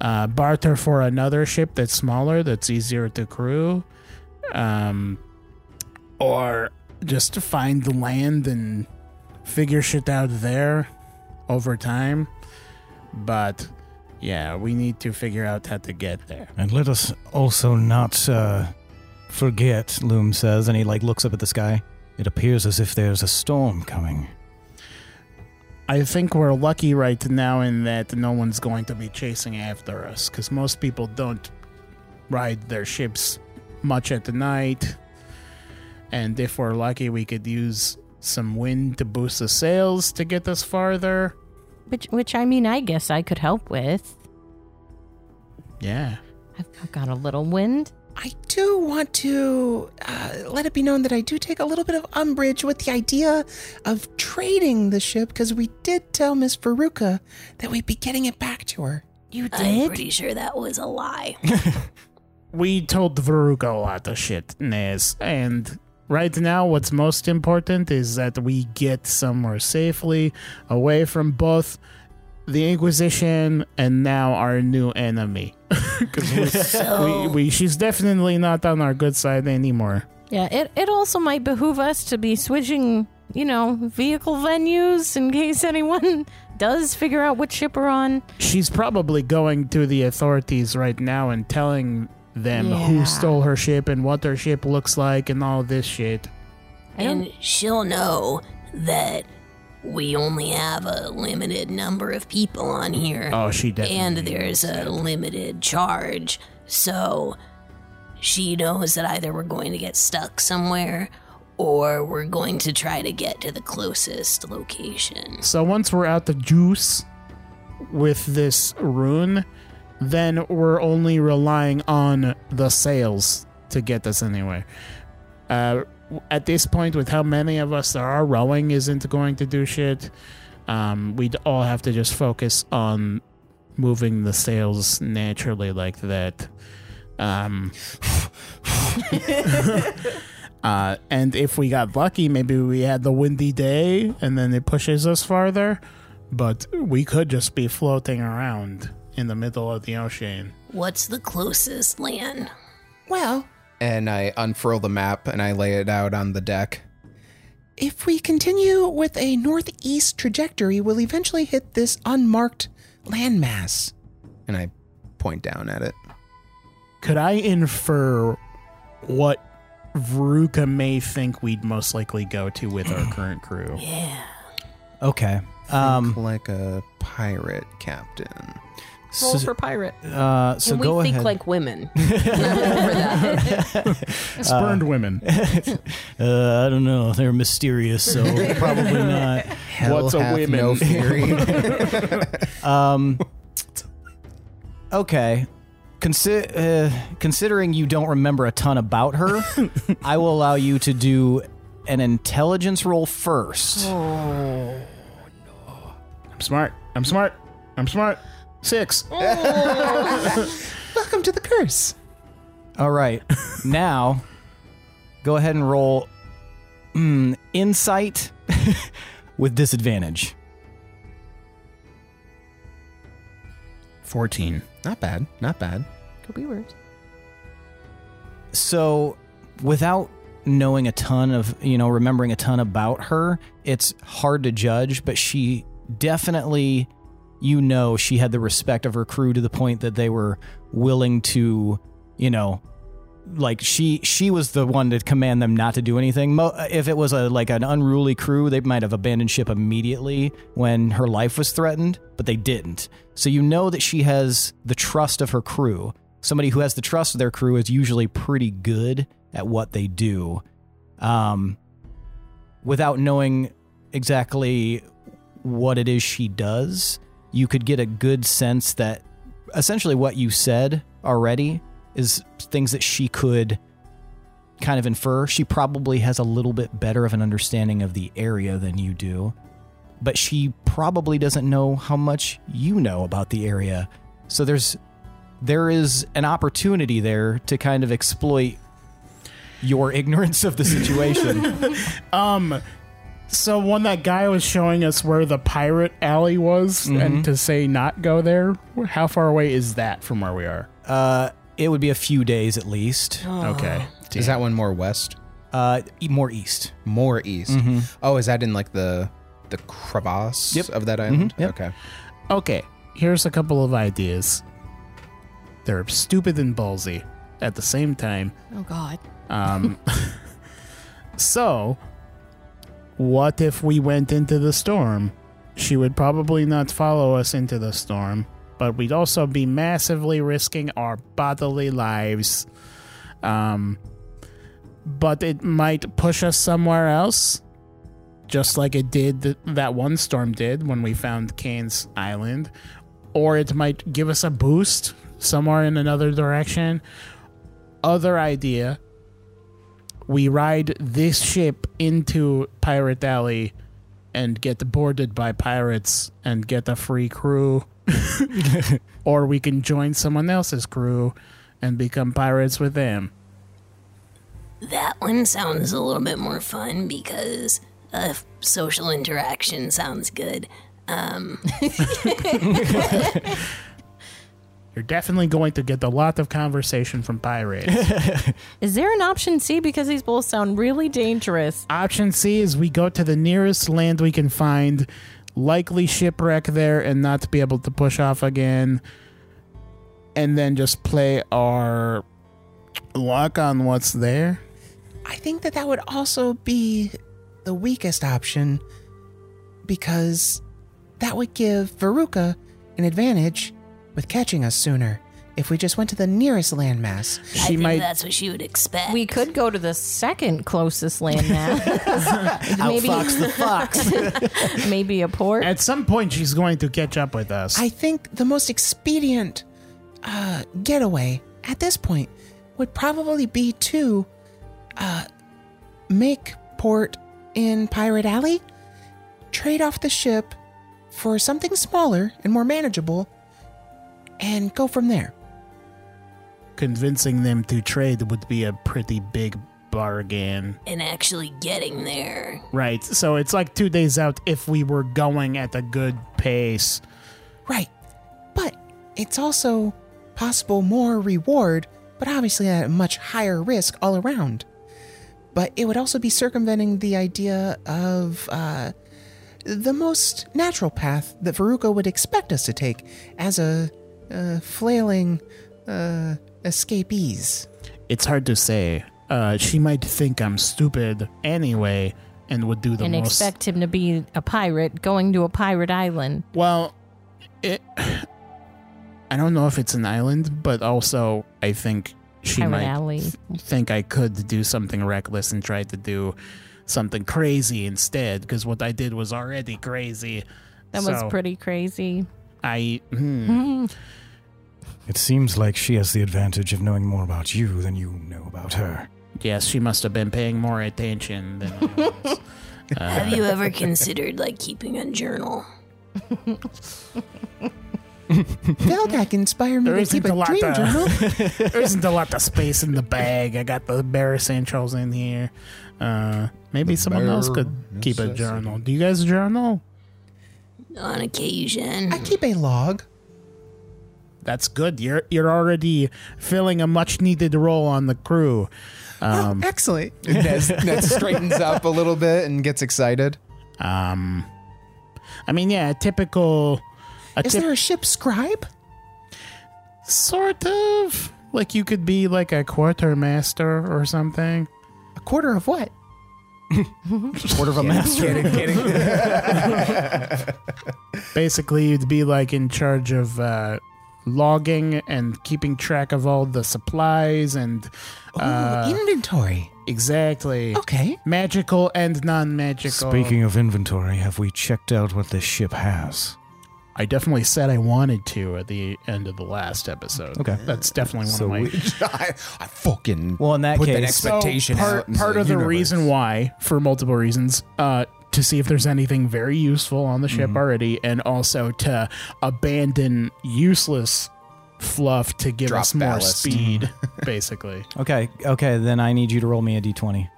S4: uh, barter for another ship that's smaller, that's easier to crew, um, or just to find the land and figure shit out there over time. But yeah, we need to figure out how to get there.
S2: and let us also not uh, forget. Loom says, and he like looks up at the sky. It appears as if there's a storm coming.
S4: I think we're lucky right now in that no one's going to be chasing after us because most people don't ride their ships much at the night. And if we're lucky, we could use some wind to boost the sails to get us farther.
S1: Which, which I mean, I guess I could help with.
S4: Yeah.
S1: I've I've got a little wind.
S3: I do want to uh, let it be known that I do take a little bit of umbrage with the idea of trading the ship because we did tell Miss Veruca that we'd be getting it back to her.
S1: You
S7: I'm
S1: did?
S7: pretty sure that was a lie.
S4: we told Veruca a lot of shit, Nez. And right now, what's most important is that we get somewhere safely away from both the Inquisition and now our new enemy. Because we,
S7: So-
S4: we, she's definitely not on our good side anymore.
S1: yeah, it, it also might behoove us to be switching, you know, vehicle venues in case anyone does figure out what ship we're on.
S4: She's probably going to the authorities right now and telling them
S1: Yeah.
S4: who stole her ship and what their ship looks like and all this shit.
S1: I don't-
S7: And she'll know that we only have a limited number of people on here.
S4: Oh, she definitely.
S7: and there's a limited charge. So she knows that either we're going to get stuck somewhere or we're going to try to get to the closest location.
S4: So once we're out the juice with this rune, then we're only relying on the sails to get us anywhere. Uh, w- at this point, with how many of us there are, rowing isn't going to do shit. Um, we'd all have to just focus on moving the sails naturally like that. Um, uh, and if we got lucky, maybe we had the windy day and then it pushes us farther. But we could just be floating around in the middle of the ocean.
S7: What's the closest land?
S3: Well,
S6: And I unfurl the map and I lay it out on the deck.
S3: if we continue with a northeast trajectory, we'll eventually hit this unmarked landmass.
S6: And I point down at it.
S4: Could I infer what Veruca may think we'd most likely go to with our current crew? Uh,
S7: Yeah.
S2: Okay. Um,
S6: Um, like a pirate captain.
S5: Roll
S2: so,
S5: for pirate.
S2: uh, so
S8: When
S2: go
S8: we think
S2: ahead.
S8: like women. I'm for that.
S4: Spurned women.
S2: uh, I don't know. They're mysterious, so probably not.
S6: Hell
S4: What's a
S6: hath
S4: women?
S6: No fury.
S2: Um, okay. Consi- uh, considering you don't remember a ton about her, I will allow you to do an intelligence roll first.
S4: I'm smart. I'm smart. I'm smart. Six.
S3: Welcome to the curse.
S2: All right. now, go ahead and roll mm, insight with disadvantage.
S4: 14.
S6: not bad. Not bad.
S5: Could be worse.
S2: so without knowing a ton of you know remembering a ton about her it's hard to judge but she definitely you know she had the respect of her crew to the point that they were willing to you know like she she was the one to command them not to do anything Mo- if it was a like an unruly crew they might have abandoned ship immediately when her life was threatened but they didn't so you know that she has the trust of her crew somebody who has the trust of their crew is usually pretty good at what they do um, without knowing exactly what it is she does you could get a good sense that essentially what you said already is things that she could kind of infer she probably has a little bit better of an understanding of the area than you do but she probably doesn't know how much you know about the area so there's there is an opportunity there to kind of exploit your ignorance of the situation.
S4: Um, so when that guy was showing us where the pirate alley was and to say not go there, how far away is that from where we are? Oh.
S2: uh, it would be a few days at least.
S4: Okay.
S6: Is that one more west?
S2: Uh, e- more east.
S6: More east.
S4: Mm-hmm.
S6: Oh, is that in like the the crevasse
S2: Yep.
S6: of that island?
S2: yep.
S6: Okay.
S4: Mm-hmm. Okay, here's a couple of ideas. They're stupid and ballsy at the same time.
S5: Oh God.
S4: Um, so, what if we went into the storm She would probably not follow us into the storm, but we'd also be massively risking our bodily lives. Um, but it might push us somewhere else, just like it did th- that one storm did when we found Kane's Island, or it might give us a boost somewhere in another direction. Other idea we ride this ship into Pirate Alley and get boarded by pirates and get a free crew. or we can join someone else's crew and become pirates with them.
S7: That one sounds a little bit more fun because uh, social interaction sounds good. Um,
S4: You're definitely going to get a lot of conversation from pirates.
S1: Is there an option C? Because these both sound really dangerous.
S4: Option C is we go to the nearest land we can find, likely shipwreck there and not be able to push off again, and then just play our luck on what's there.
S3: I think that that would also be the weakest option because that would give Veruca an advantage with catching us sooner if we just went to the nearest landmass.
S7: I
S4: She
S7: think
S4: might-
S7: that's what she would expect.
S1: We could go to the second closest landmass. maybe,
S2: Outfox the fox.
S1: maybe a port.
S4: At some point, she's going to catch up with us.
S3: I think the most expedient uh, getaway at this point would probably be to uh, make port in Pirate Alley, trade off the ship for something smaller and more manageable, and go from there.
S4: Convincing them to trade would be a pretty big bargain.
S7: and actually getting there.
S4: Right. So it's like two days out if we were going at a good pace.
S3: Right. But it's also possible more reward, but obviously at a much higher risk all around. But it would also be circumventing the idea of uh, the most natural path that Veruca would expect us to take as a uh, flailing uh, escapees.
S4: It's hard to say. Uh, she might think I'm stupid anyway and would do the
S1: and
S4: most.
S1: expect him to be a pirate going to a pirate island.
S4: well, it. I don't know if it's an island, but also I think she
S1: pirate
S4: might
S1: alley.
S4: think I could do something reckless and try to do something crazy instead because what I did was already crazy.
S1: That
S4: So,
S1: was pretty crazy.
S4: I hmm,
S2: It seems like she has the advantage of knowing more about you than you know about her.
S4: yes, she must have been paying more attention than I was. Uh,
S7: Have you ever considered like keeping a journal?
S3: Veldak inspired me
S4: There
S3: to
S4: isn't
S3: keep
S4: a
S3: a
S4: lot
S3: dream
S4: to-
S3: journal.
S4: there isn't a lot of space in the bag. I got the Bear Sanchos in here. Uh, maybe someone else could
S6: bare
S4: keep a
S6: necessity.
S4: journal. Do you guys journal?
S7: On occasion.
S3: I keep a log.
S4: That's good. You're you're already filling a much needed role on the crew. Um,
S3: oh, excellent.
S6: Ned, Ned straightens up a little bit and gets excited.
S4: um, I mean, yeah, a typical. A
S3: Is
S4: typ-
S3: there a ship scribe?
S4: sort of like you could be like a quartermaster or something.
S3: A quarter of what?
S2: Quarter of a master.
S4: Basically, you'd be like in charge of uh, logging and keeping track of all the supplies and
S3: Ooh,
S4: uh,
S3: inventory.
S4: exactly
S3: Okay.
S4: magical and non-magical.
S2: Speaking of inventory, have we checked out what this ship has?
S4: I definitely said I wanted to at the end of the last episode.
S2: Okay.
S4: that's definitely one
S2: So
S4: of my.
S2: we-
S6: I, I fucking
S2: Well, in that
S6: put that
S2: case-
S6: expectation
S4: So
S6: out
S4: part,
S6: into
S4: part of the
S6: universe.
S4: reason why, for multiple reasons, uh, to see if there's anything very useful on the
S6: Mm-hmm.
S4: ship already, and also to abandon useless fluff to give
S6: Drop
S4: us more
S6: ballast. Mm-hmm.
S4: speed, basically.
S2: Okay, okay, then I need you to roll me a d20.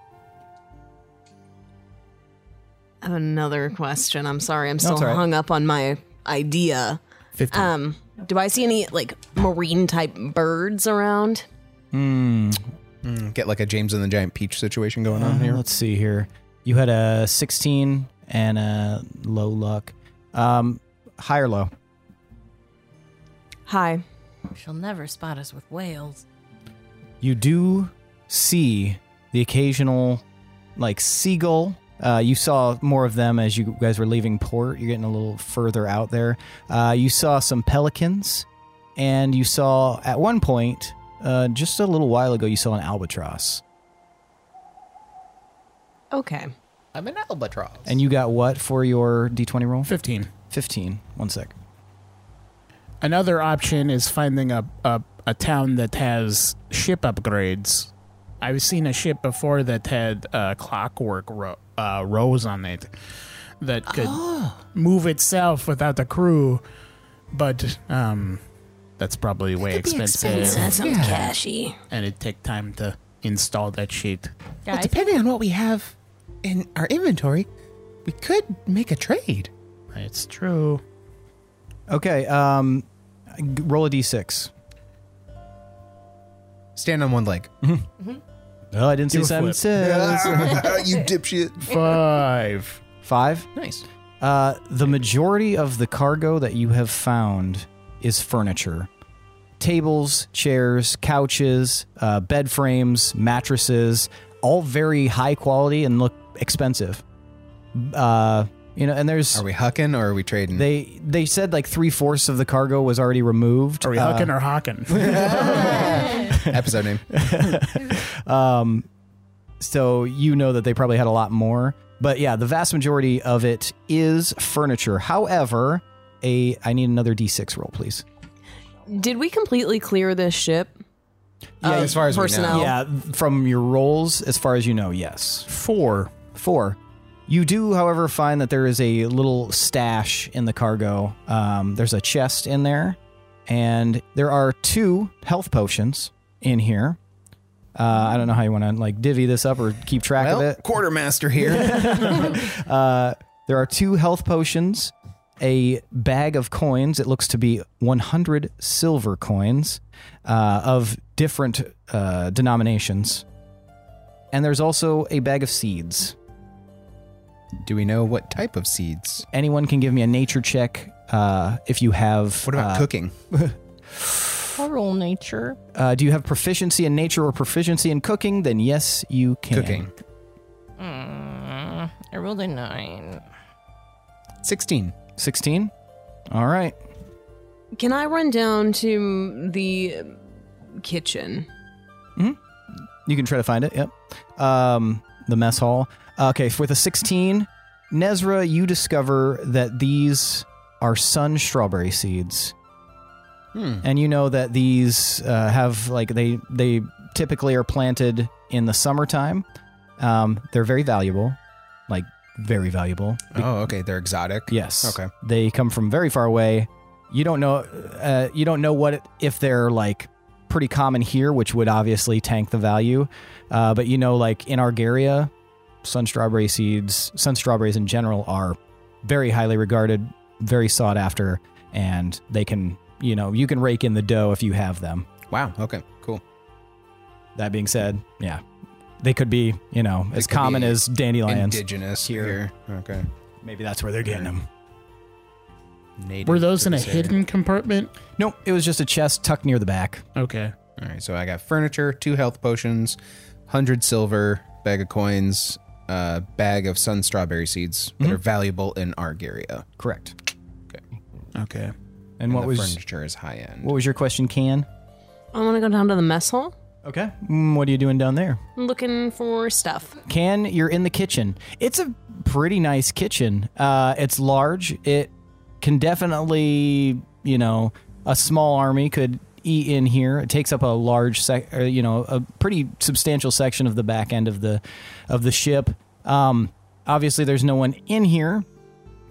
S8: I have another question. I'm sorry. I'm
S2: No,
S8: still
S2: it's all right.
S8: hung up on my idea.
S4: 15.
S8: Um, do I see any like marine type birds around?
S2: Hmm.
S6: Mm, get like a James and the Giant Peach situation going on
S2: Uh,
S6: here.
S2: Let's see here. You had a 16 and a low luck. Um, high or low?
S8: Hi.
S1: She'll never spot us with whales.
S2: You do see the occasional, like, seagull Uh, you saw more of them as you guys were leaving port. You're getting a little further out there. Uh, you saw some pelicans, and you saw at one point, uh, just a little while ago, you saw an albatross.
S8: Okay.
S6: I'm an albatross.
S2: And you got what for your d20 roll?
S4: 15.
S2: 15. One sec.
S4: Another option is finding a, a, a town that has ship upgrades. I've seen a ship before that had uh, clockwork ro- uh, rows on it that could
S2: Ah.
S4: move itself without a crew, but um, that's probably way expensive,
S7: That sounds cashy.
S4: and it take time to install that shit.
S1: Yeah,
S3: Well,
S1: I think-
S3: depending on what we have in our inventory, we could make a trade.
S4: It's true.
S2: Okay. Um, g- roll a d6.
S6: Stand on one leg.
S2: Oh, Mm-hmm. I didn't see
S4: Do a
S2: Simon
S4: flip.
S2: says.
S6: you dipshit.
S4: Five.
S2: Five.
S6: Nice.
S2: Uh, the majority of the cargo that you have found is furniture tables, chairs, couches, uh, bed frames, mattresses, all very high quality and look expensive. Uh, you know, and there's.
S6: Are we hucking or are we trading?
S2: They they said like three fourths of the cargo was already removed.
S4: Are we
S2: Uh,
S4: hucking or hocking?
S6: Episode name.
S2: Um, so you know that they probably had a lot more, but yeah, the vast majority of it is furniture. However, a I need another d6 roll, please.
S8: Did we completely clear this ship?
S6: Yeah,
S8: of
S6: as far as we know.
S8: personnel.
S6: Oh.
S2: Yeah, from your rolls, as far as you know, yes.
S4: Four.
S2: Four. You do, however, find that there is a little stash in the cargo. Um, there's a chest in there, and there are two health potions in here. Uh, I don't know how you want to like divvy this up or keep track of
S6: Well,
S2: it.
S6: quartermaster here.
S2: Uh, there are two health potions, a bag of coins. It looks to be 100 silver coins uh, of different uh, denominations. And there's also a bag of seeds.
S6: Do we know what type of seeds?
S2: Anyone can give me a nature check uh, if you have.
S6: What about
S2: uh,
S6: cooking?
S1: Coral nature.
S2: uh, do you have proficiency in nature or proficiency in cooking? Then yes, you can.
S6: Cooking.
S1: Mm, I rolled a nine.
S6: 16.
S2: 16. All right.
S8: Can I run down to the kitchen?
S2: Mm-hmm. You can try to find it. Yep. Um, the mess hall. Uh, Okay, with a 16, Nezra, you discover that these are sun strawberry seeds,
S6: Hmm.
S2: and you know that these uh, have like they they typically are planted in the summertime. Um, they're very valuable, like very valuable.
S6: Oh, okay. They're exotic.
S2: Yes.
S6: Okay.
S2: They come from very far away. You don't know. Uh, you don't know what it- if they're like pretty common here, which would obviously tank the value. Uh, but you know, like in Argaria, sun strawberry seeds, sun strawberries in general are very highly regarded, very sought after, and they can you know you can rake in the dough if you have them.
S6: Wow. Okay. Cool.
S2: That being said, yeah, they could be you know as
S6: could
S2: common
S6: be
S2: as dandelions.
S6: Indigenous
S2: Here.
S6: here. Okay.
S2: Maybe that's where they're getting them.
S6: Native
S4: Were those
S6: to
S4: in a
S6: this area.
S4: hidden compartment?
S2: Nope, it was just a chest tucked near the back.
S4: Okay.
S6: All right. So I got furniture, two health potions, 100 silver, bag of coins, uh, bag of sun strawberry seeds that are valuable in Argaria.
S2: Mm-hmm. Correct.
S4: Okay.
S2: And, what
S6: the
S2: was
S6: furniture is high end.
S2: what was your question, Can?
S8: I want to go down to the mess hall.
S2: Okay. Mm, what are you doing down there?
S8: I'm looking for stuff.
S2: Can, you're in the kitchen. It's a pretty nice kitchen. Uh, it's large. It can definitely, you know, a small army could eat in here. It takes up a large sec, or, you know, a pretty substantial section of the back end of the of the ship. Um, obviously, there's no one in here,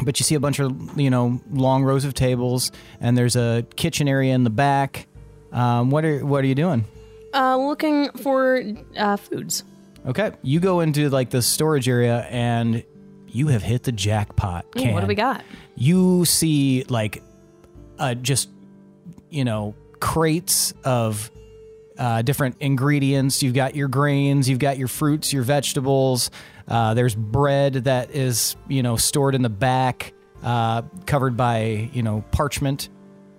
S2: but you see a bunch of you know long rows of tables, and there's a kitchen area in the back. Um, what are what are you doing?
S8: Uh, looking for uh, foods.
S2: Okay, you go into like the storage area and you have hit the jackpot.
S8: Ooh,
S2: Can.
S8: what do we got?
S2: You see like uh, just you know crates of uh, different ingredients. You've got your grains, you've got your fruits, your vegetables. Uh, there's bread that is you know stored in the back, uh, covered by you know parchment.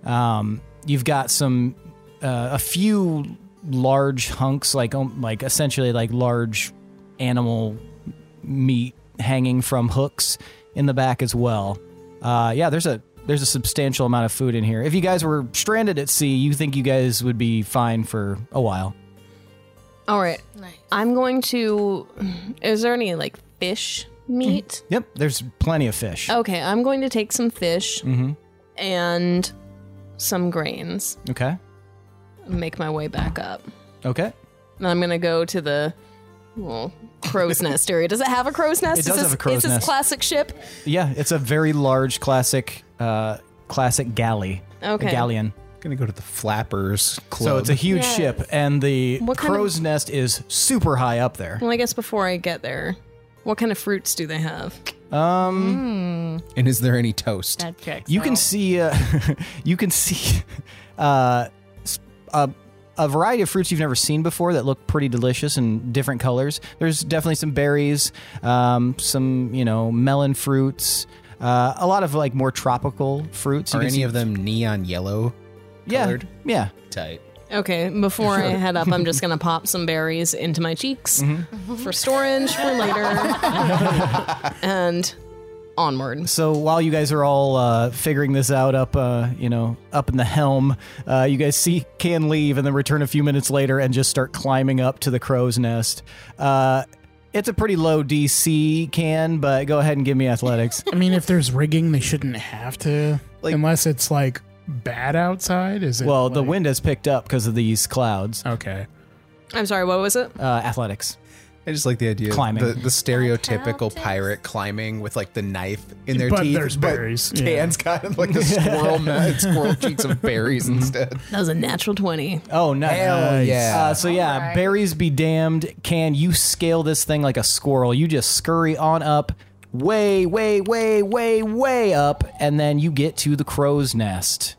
S2: Um, you've got some uh, a few large hunks, like um, like essentially like large animal meat hanging from hooks in the back as well. Uh, yeah, there's a there's a substantial amount of food in here. If you guys were stranded at sea, you think you guys would be fine for a while.
S8: All right. I'm going to. Is there any like fish meat?
S2: Yep, there's plenty of fish.
S8: Okay, I'm going to take some fish
S2: Mm-hmm.
S8: and some grains.
S2: Okay.
S8: and Make my way back up.
S2: Okay.
S8: And I'm going to go to the well crow's nest area. Does it have a crow's
S2: It
S8: nest? Is
S2: does
S8: this,
S2: have a crow's
S8: is this
S2: nest.
S8: classic ship?
S2: Yeah, it's a very large classic uh classic galley.
S8: Okay.
S2: A galleon.
S6: Gonna go to the Flappers Club.
S2: So it's a huge ship and the
S8: What kind of-
S2: crow's nest is super high up there.
S8: Well, I guess before I get there, what kind of fruits do they have?
S2: Um
S6: and is there any toast?
S1: Hmm. That checks.
S2: You can see, uh, you can see uh, s- a, a variety of fruits you've never seen before that look pretty delicious in different colors. There's definitely some berries, um, some you know melon fruits, uh, a lot of like more tropical fruits. You
S6: Are
S2: can see-
S6: any of them neon yellow
S2: yeah,
S6: colored?
S2: Yeah,
S6: Tight.
S8: Okay, before I head up, I'm just going to pop some berries into my cheeks
S6: Mm-hmm.
S1: Mm-hmm.
S8: for storage for later. and onward.
S2: So while you guys are all uh, figuring this out up, uh, you know, up in the helm, uh, you guys see can leave and then return a few minutes later and just start climbing up to the crow's nest. Uh, it's a pretty low DC can, but go ahead and give me athletics.
S4: I mean, if there's rigging, they shouldn't have to,
S6: Like-
S4: unless it's like bad outside. Is it?
S2: well, the
S4: like-
S2: wind has picked up because of these clouds.
S4: Okay.
S8: I'm sorry, what was it?
S2: Uh, athletics.
S6: I just like the idea
S2: Climbing.
S6: of the, the stereotypical pirate climbing with like the knife in their
S4: But
S6: teeth.
S4: there's berries,
S6: But
S4: yeah.
S6: Dan's got like the squirrel nut, squirrel cheeks of berries instead.
S8: That was a natural 20.
S2: Mm-hmm. Oh, nice.
S6: Hell yeah.
S2: Uh, so, yeah, berries be damned. Can you scale this thing like a squirrel? You just scurry on up, way, way, way, way, way up, and then you get to the crow's nest.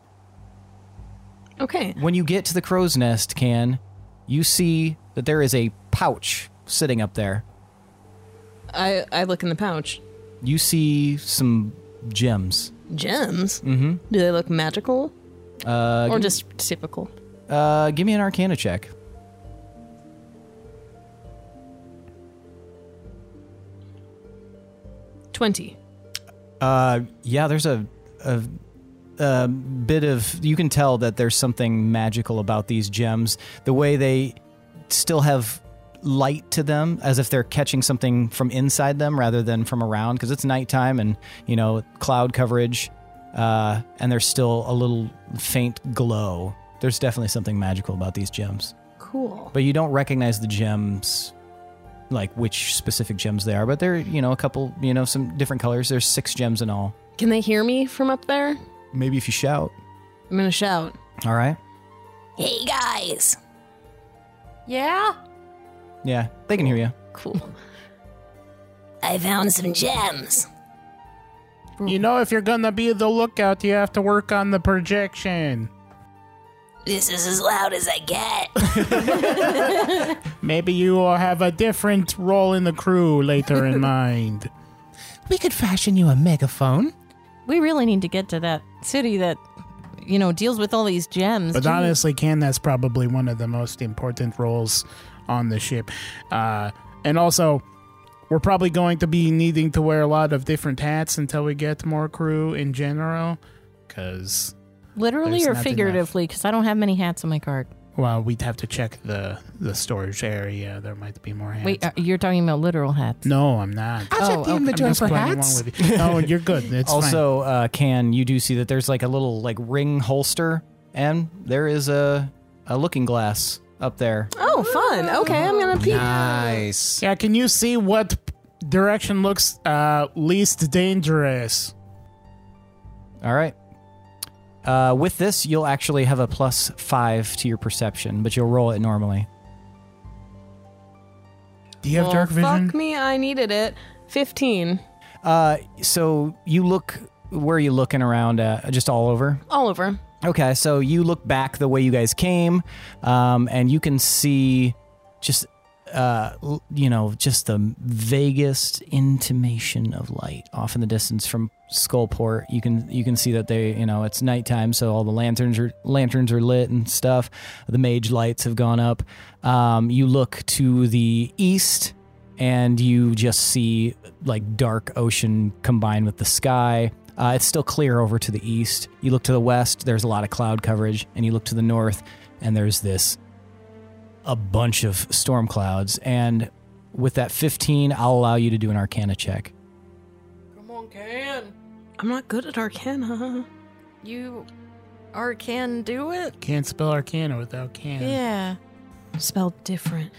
S8: Okay.
S2: When you get to the crow's nest, Can, you see that there is a pouch sitting up there.
S8: I, I look in the pouch.
S2: You see some gems.
S8: Gems? Mm-hmm. Do they look magical? Uh, or just typical?
S2: Uh, give me an arcana check.
S8: Twenty.
S2: Uh, yeah, there's a, a a bit of you can tell that there's something magical about these gems. The way they still have light to them, as if they're catching something from inside them rather than from around, because it's nighttime and you know cloud coverage, uh, and there's still a little faint glow. There's definitely something magical about these gems,
S8: Cool.
S2: but you don't recognize the gems. Like which specific gems they are, but they're you know a couple you know some different colors. There's six gems in all.
S8: Can they hear me from up there?
S2: Maybe if you shout.
S8: I'm gonna shout.
S2: All right.
S7: Hey guys,
S1: Yeah.
S2: Yeah, they can hear you.
S8: Cool.
S7: I found some gems.
S4: You know, if you're gonna be the lookout, you have to work on the projection.
S7: This is as loud as I get.
S4: Maybe you will have a different role in the crew later in mind.
S3: We could fashion you a megaphone.
S1: We really need to get to that city that, you know, deals with all these gems.
S4: But
S1: Gee,
S4: honestly, Ken, that's probably one of the most important roles on the ship. Uh, and also, we're probably going to be needing to wear a lot of different hats until we get more crew in general. Because,
S1: literally
S4: there's
S1: or
S4: not enough.
S1: figuratively, because I don't have many hats on my card.
S4: well, we'd have to check the, the storage area. There might be more hats.
S1: Wait, uh, you're talking about literal hats?
S4: no, I'm not.
S3: I'll check
S1: Oh,
S3: the
S1: okay.
S3: inventory
S4: Just
S3: for
S4: playing along
S3: hats.
S4: with you. No, you're good. It's
S2: also, uh, can you do see that there's like a little like ring holster, and there is a a looking glass up there.
S8: Oh, fun. Okay, I'm gonna peek.
S6: Nice.
S4: Yeah, can you see what direction looks uh, least dangerous?
S2: All right. Uh, with this, you'll actually have a plus five to your perception, but you'll roll it normally.
S4: Do you have
S8: Well,
S4: dark vision?
S8: Oh, Fuck me, I needed it. Fifteen.
S2: Uh, so you look where are you looking around at? Just all over.
S8: All over.
S2: Okay, so you look back the way you guys came, um, and you can see just, uh, l- you know, just the vaguest intimation of light off in the distance from Skullport. You can you can see that they, you know, it's nighttime, so all the lanterns are lanterns are lit and stuff. The mage lights have gone up. Um, you look to the east, and you just see like dark ocean combined with the sky. Uh, it's still clear over to the east. You look to the west, there's a lot of cloud coverage, and you look to the north, and there's this a bunch of storm clouds. And with that 15, I'll allow you to do an Arcana check.
S8: I'm not good at Arcana.
S1: You are can do it?
S4: Can't spell Arcana without can.
S1: Yeah.
S8: Spelled different.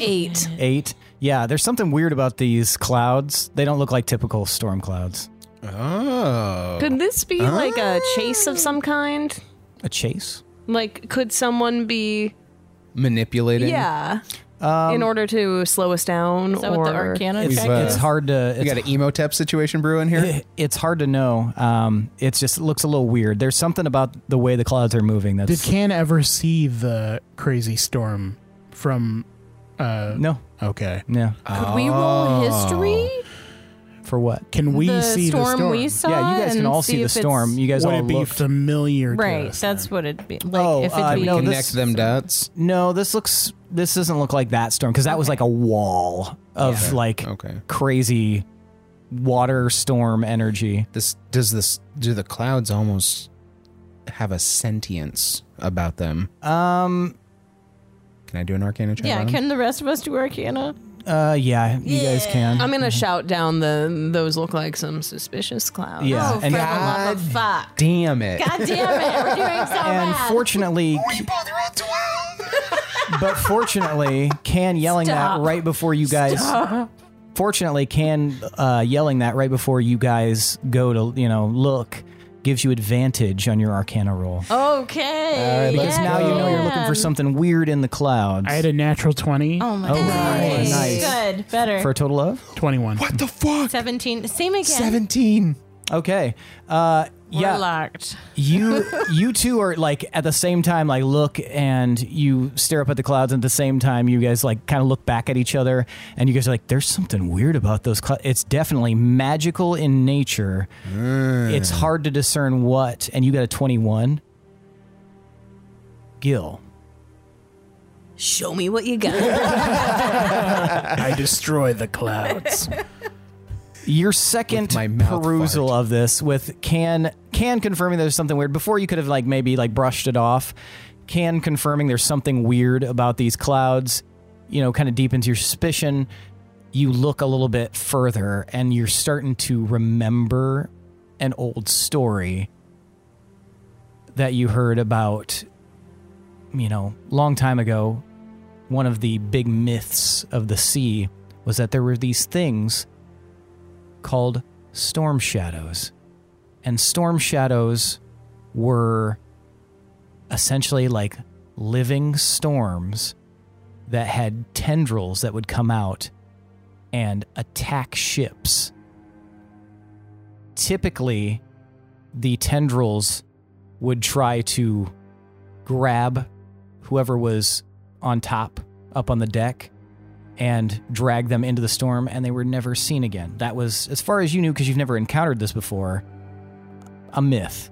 S8: Eight.
S2: Eight. Yeah, there's something weird about these clouds. They don't look like typical storm clouds.
S6: Oh.
S8: Could this be like a chase of some kind?
S2: A chase?
S8: Like, could someone be?
S6: Manipulating.
S8: Yeah.
S2: Um,
S8: in order to slow us down,
S1: Is that
S8: or
S1: what the Arcana
S2: it's,
S1: check
S6: uh,
S2: it's
S1: is?
S2: hard to.
S6: You
S2: It's
S6: got an emotep situation brewing here?
S2: it's hard to know. Um, it's just it looks a little weird. There's something about the way the clouds are moving
S4: Did
S2: that's
S4: Can ever see the crazy storm from? Uh,
S2: no,
S4: okay. Oh.
S2: no.
S1: Could we roll history?
S2: For what?
S4: Can we
S1: the
S4: see
S1: storm,
S4: the storm?
S1: we saw?
S2: yeah, you guys can
S1: and
S2: all see the
S1: if it's-
S2: storm. You guys
S4: Would
S2: all
S4: it be
S2: looked.
S4: familiar? To
S1: Right,
S4: us
S1: that's
S4: then?
S1: what it'd be. Like,
S2: Oh,
S1: if it'd
S2: uh,
S1: be.
S2: no,
S6: Connect
S2: this-
S6: them dots.
S2: no, this looks. This doesn't look like that storm because that was like a wall of
S6: Yeah.
S2: like
S6: Okay.
S2: crazy water storm energy.
S6: This does this do the clouds almost have a sentience about them?
S2: Um.
S6: Can I do an arcana check?
S1: yeah,
S6: on 'em?
S1: can the rest of us do Arcana?
S2: Uh. Yeah. You guys can.
S8: I'm gonna shout down the those look like some suspicious clouds.
S2: yeah.
S1: Oh,
S2: and
S1: for the love of fuck.
S6: Damn it.
S1: God damn it, we're doing so
S2: and
S1: bad.
S2: fortunately, but fortunately, Can yelling
S1: Stop.
S2: that right before you guys. Fortunately, Can uh, yelling that right before you guys go to you know look gives you advantage on your Arcana roll
S1: okay.
S6: All right,
S2: Uh, because
S6: let's
S1: Oh, yeah,
S2: now you know you're looking for
S1: man.
S2: something weird in the clouds.
S4: I had a natural 20,
S1: Oh my
S2: Oh,
S1: god.
S2: nice.
S1: Good. Better.
S2: for a total of
S4: 21.
S6: What the fuck?
S1: 17. Same again.
S6: 17.
S2: okay. Uh,
S1: We're
S2: yeah,
S1: locked.
S2: you you two are like at the same time like look and you stare up at the clouds and at the same time you guys like kind of look back at each other and you guys are like there's something weird about those clouds it's definitely magical in nature it's hard to discern what and you got a 21 gil
S7: Show me what you got.
S4: I destroy the clouds.
S2: your second
S6: With my mouth
S2: perusal of this with can can confirming there's something weird before you could have like maybe like brushed it off can confirming there's something weird about these clouds you know kind of deepens your suspicion you look a little bit further and you're starting to remember an old story that you heard about you know long time ago one of the big myths of the sea was that there were these things called storm shadows. And storm shadows were essentially like living storms that had tendrils that would come out and attack ships. Typically, the tendrils would try to grab whoever was on top, up on the deck, and drag them into the storm, and they were never seen again. That was, as far as you knew, because you've never encountered this before, a myth.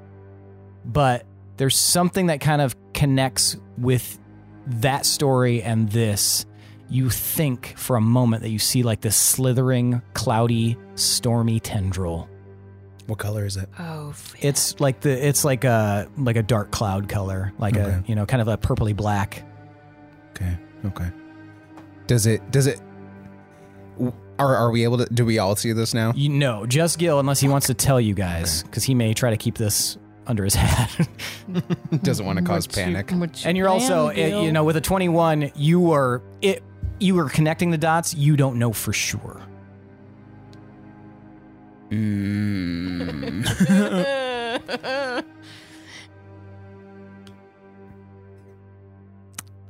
S2: But there's something that kind of connects with that story and this. You think for a moment that you see like this slithering, cloudy, stormy tendril.
S6: What color is it?
S8: Oh,
S2: It's like the it's like a like a dark cloud color, like a
S6: Okay.
S2: you know kind of a purpley black.
S6: Okay. Okay. Does it does it w- are are we able to do we all see this now?
S2: You no, just Gil, unless he wants to tell you guys, because he may try to keep this under his hat.
S6: Doesn't want to cause panic.
S2: and you're also,
S1: Damn,
S2: eh,
S1: Gil.
S2: you know, with a 21, you are it. You are connecting the dots. You don't know for sure.
S6: Mm.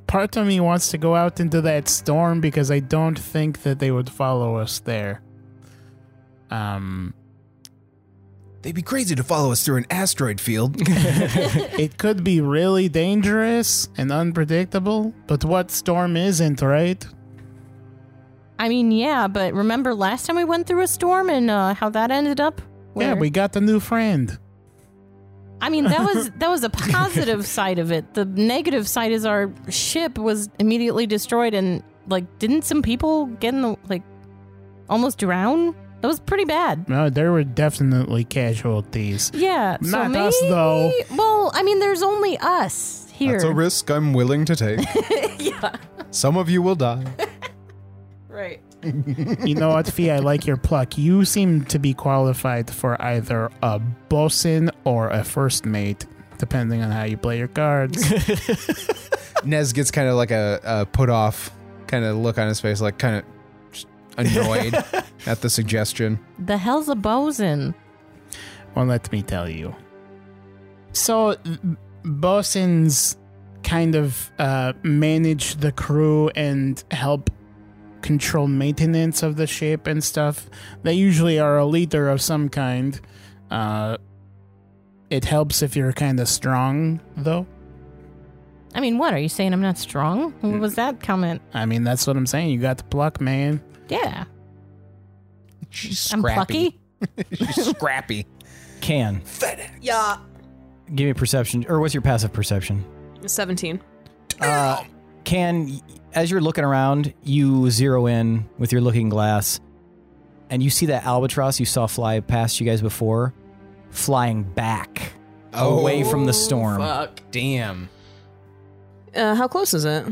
S4: Part of me wants to go out into that storm because I don't think that they would follow us there. Um,
S6: They'd be crazy to follow us through an asteroid field.
S4: it could be really dangerous and unpredictable, but what storm isn't, right?
S1: I mean, yeah, but remember last time we went through a storm and uh, how that ended up?
S4: Yeah,
S1: Where-
S4: we got a new friend.
S1: I mean, that was that was a positive side of it. The negative side is our ship was immediately destroyed and like didn't some people get in the like almost drown? That was pretty bad.
S4: No, there were definitely casualties.
S1: Yeah. so
S4: Not
S1: maybe,
S4: us, though.
S1: Well, I mean, there's only us here.
S6: That's a risk I'm willing to take.
S1: yeah.
S6: Some of you will die.
S1: Right.
S4: You know what, Fee? I like your pluck. You seem to be qualified for either a bosun or a first mate, depending on how you play your cards.
S6: Nez gets kind of like a, a put off kind of look on his face, like kind of annoyed at the suggestion.
S1: The hell's a bosun?
S4: Well, let me tell you. So, m- bosuns kind of uh, manage the crew and help control maintenance of the ship and stuff. They usually are a leader of some kind. Uh, it helps if you're kind of strong, though.
S1: I mean, what are you saying? I'm not strong. What was that comment?
S4: Mm. I mean, that's what I'm saying. You got the pluck, man.
S1: Yeah.
S6: She's
S1: I'm
S6: scrappy.
S1: plucky.
S6: She's scrappy.
S2: Can.
S8: Yeah.
S2: Give me perception. Or what's your passive perception?
S8: 17.
S2: Uh, can, y- as you're looking around, you zero in with your looking glass and you see that albatross you saw fly past you guys before flying back away from the storm.
S8: Fuck.
S6: Oh. Damn.
S8: Uh, how close is it?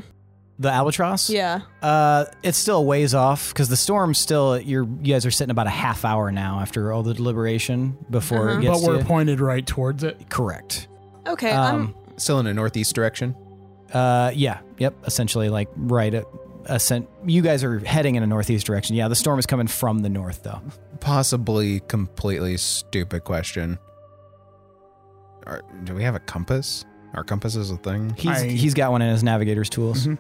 S2: The albatross?
S8: Yeah.
S2: Uh, it's still a ways off because the storm's still. You're, you guys are sitting about a half hour now after all the deliberation before
S8: Uh-huh.
S2: it gets
S4: but we're
S2: to you.
S4: pointed right towards it.
S2: correct.
S8: Okay.
S2: Um,
S6: Still in a northeast direction.
S2: uh, yeah, yep. Essentially, like right at ascent. You guys are heading in a northeast direction. Yeah, the storm is coming from the north, though.
S6: Possibly completely stupid question. Are, do we have a compass? Our compass is a thing.
S2: He's
S4: I-
S2: he's got one in his navigator's tools.
S4: Mhm.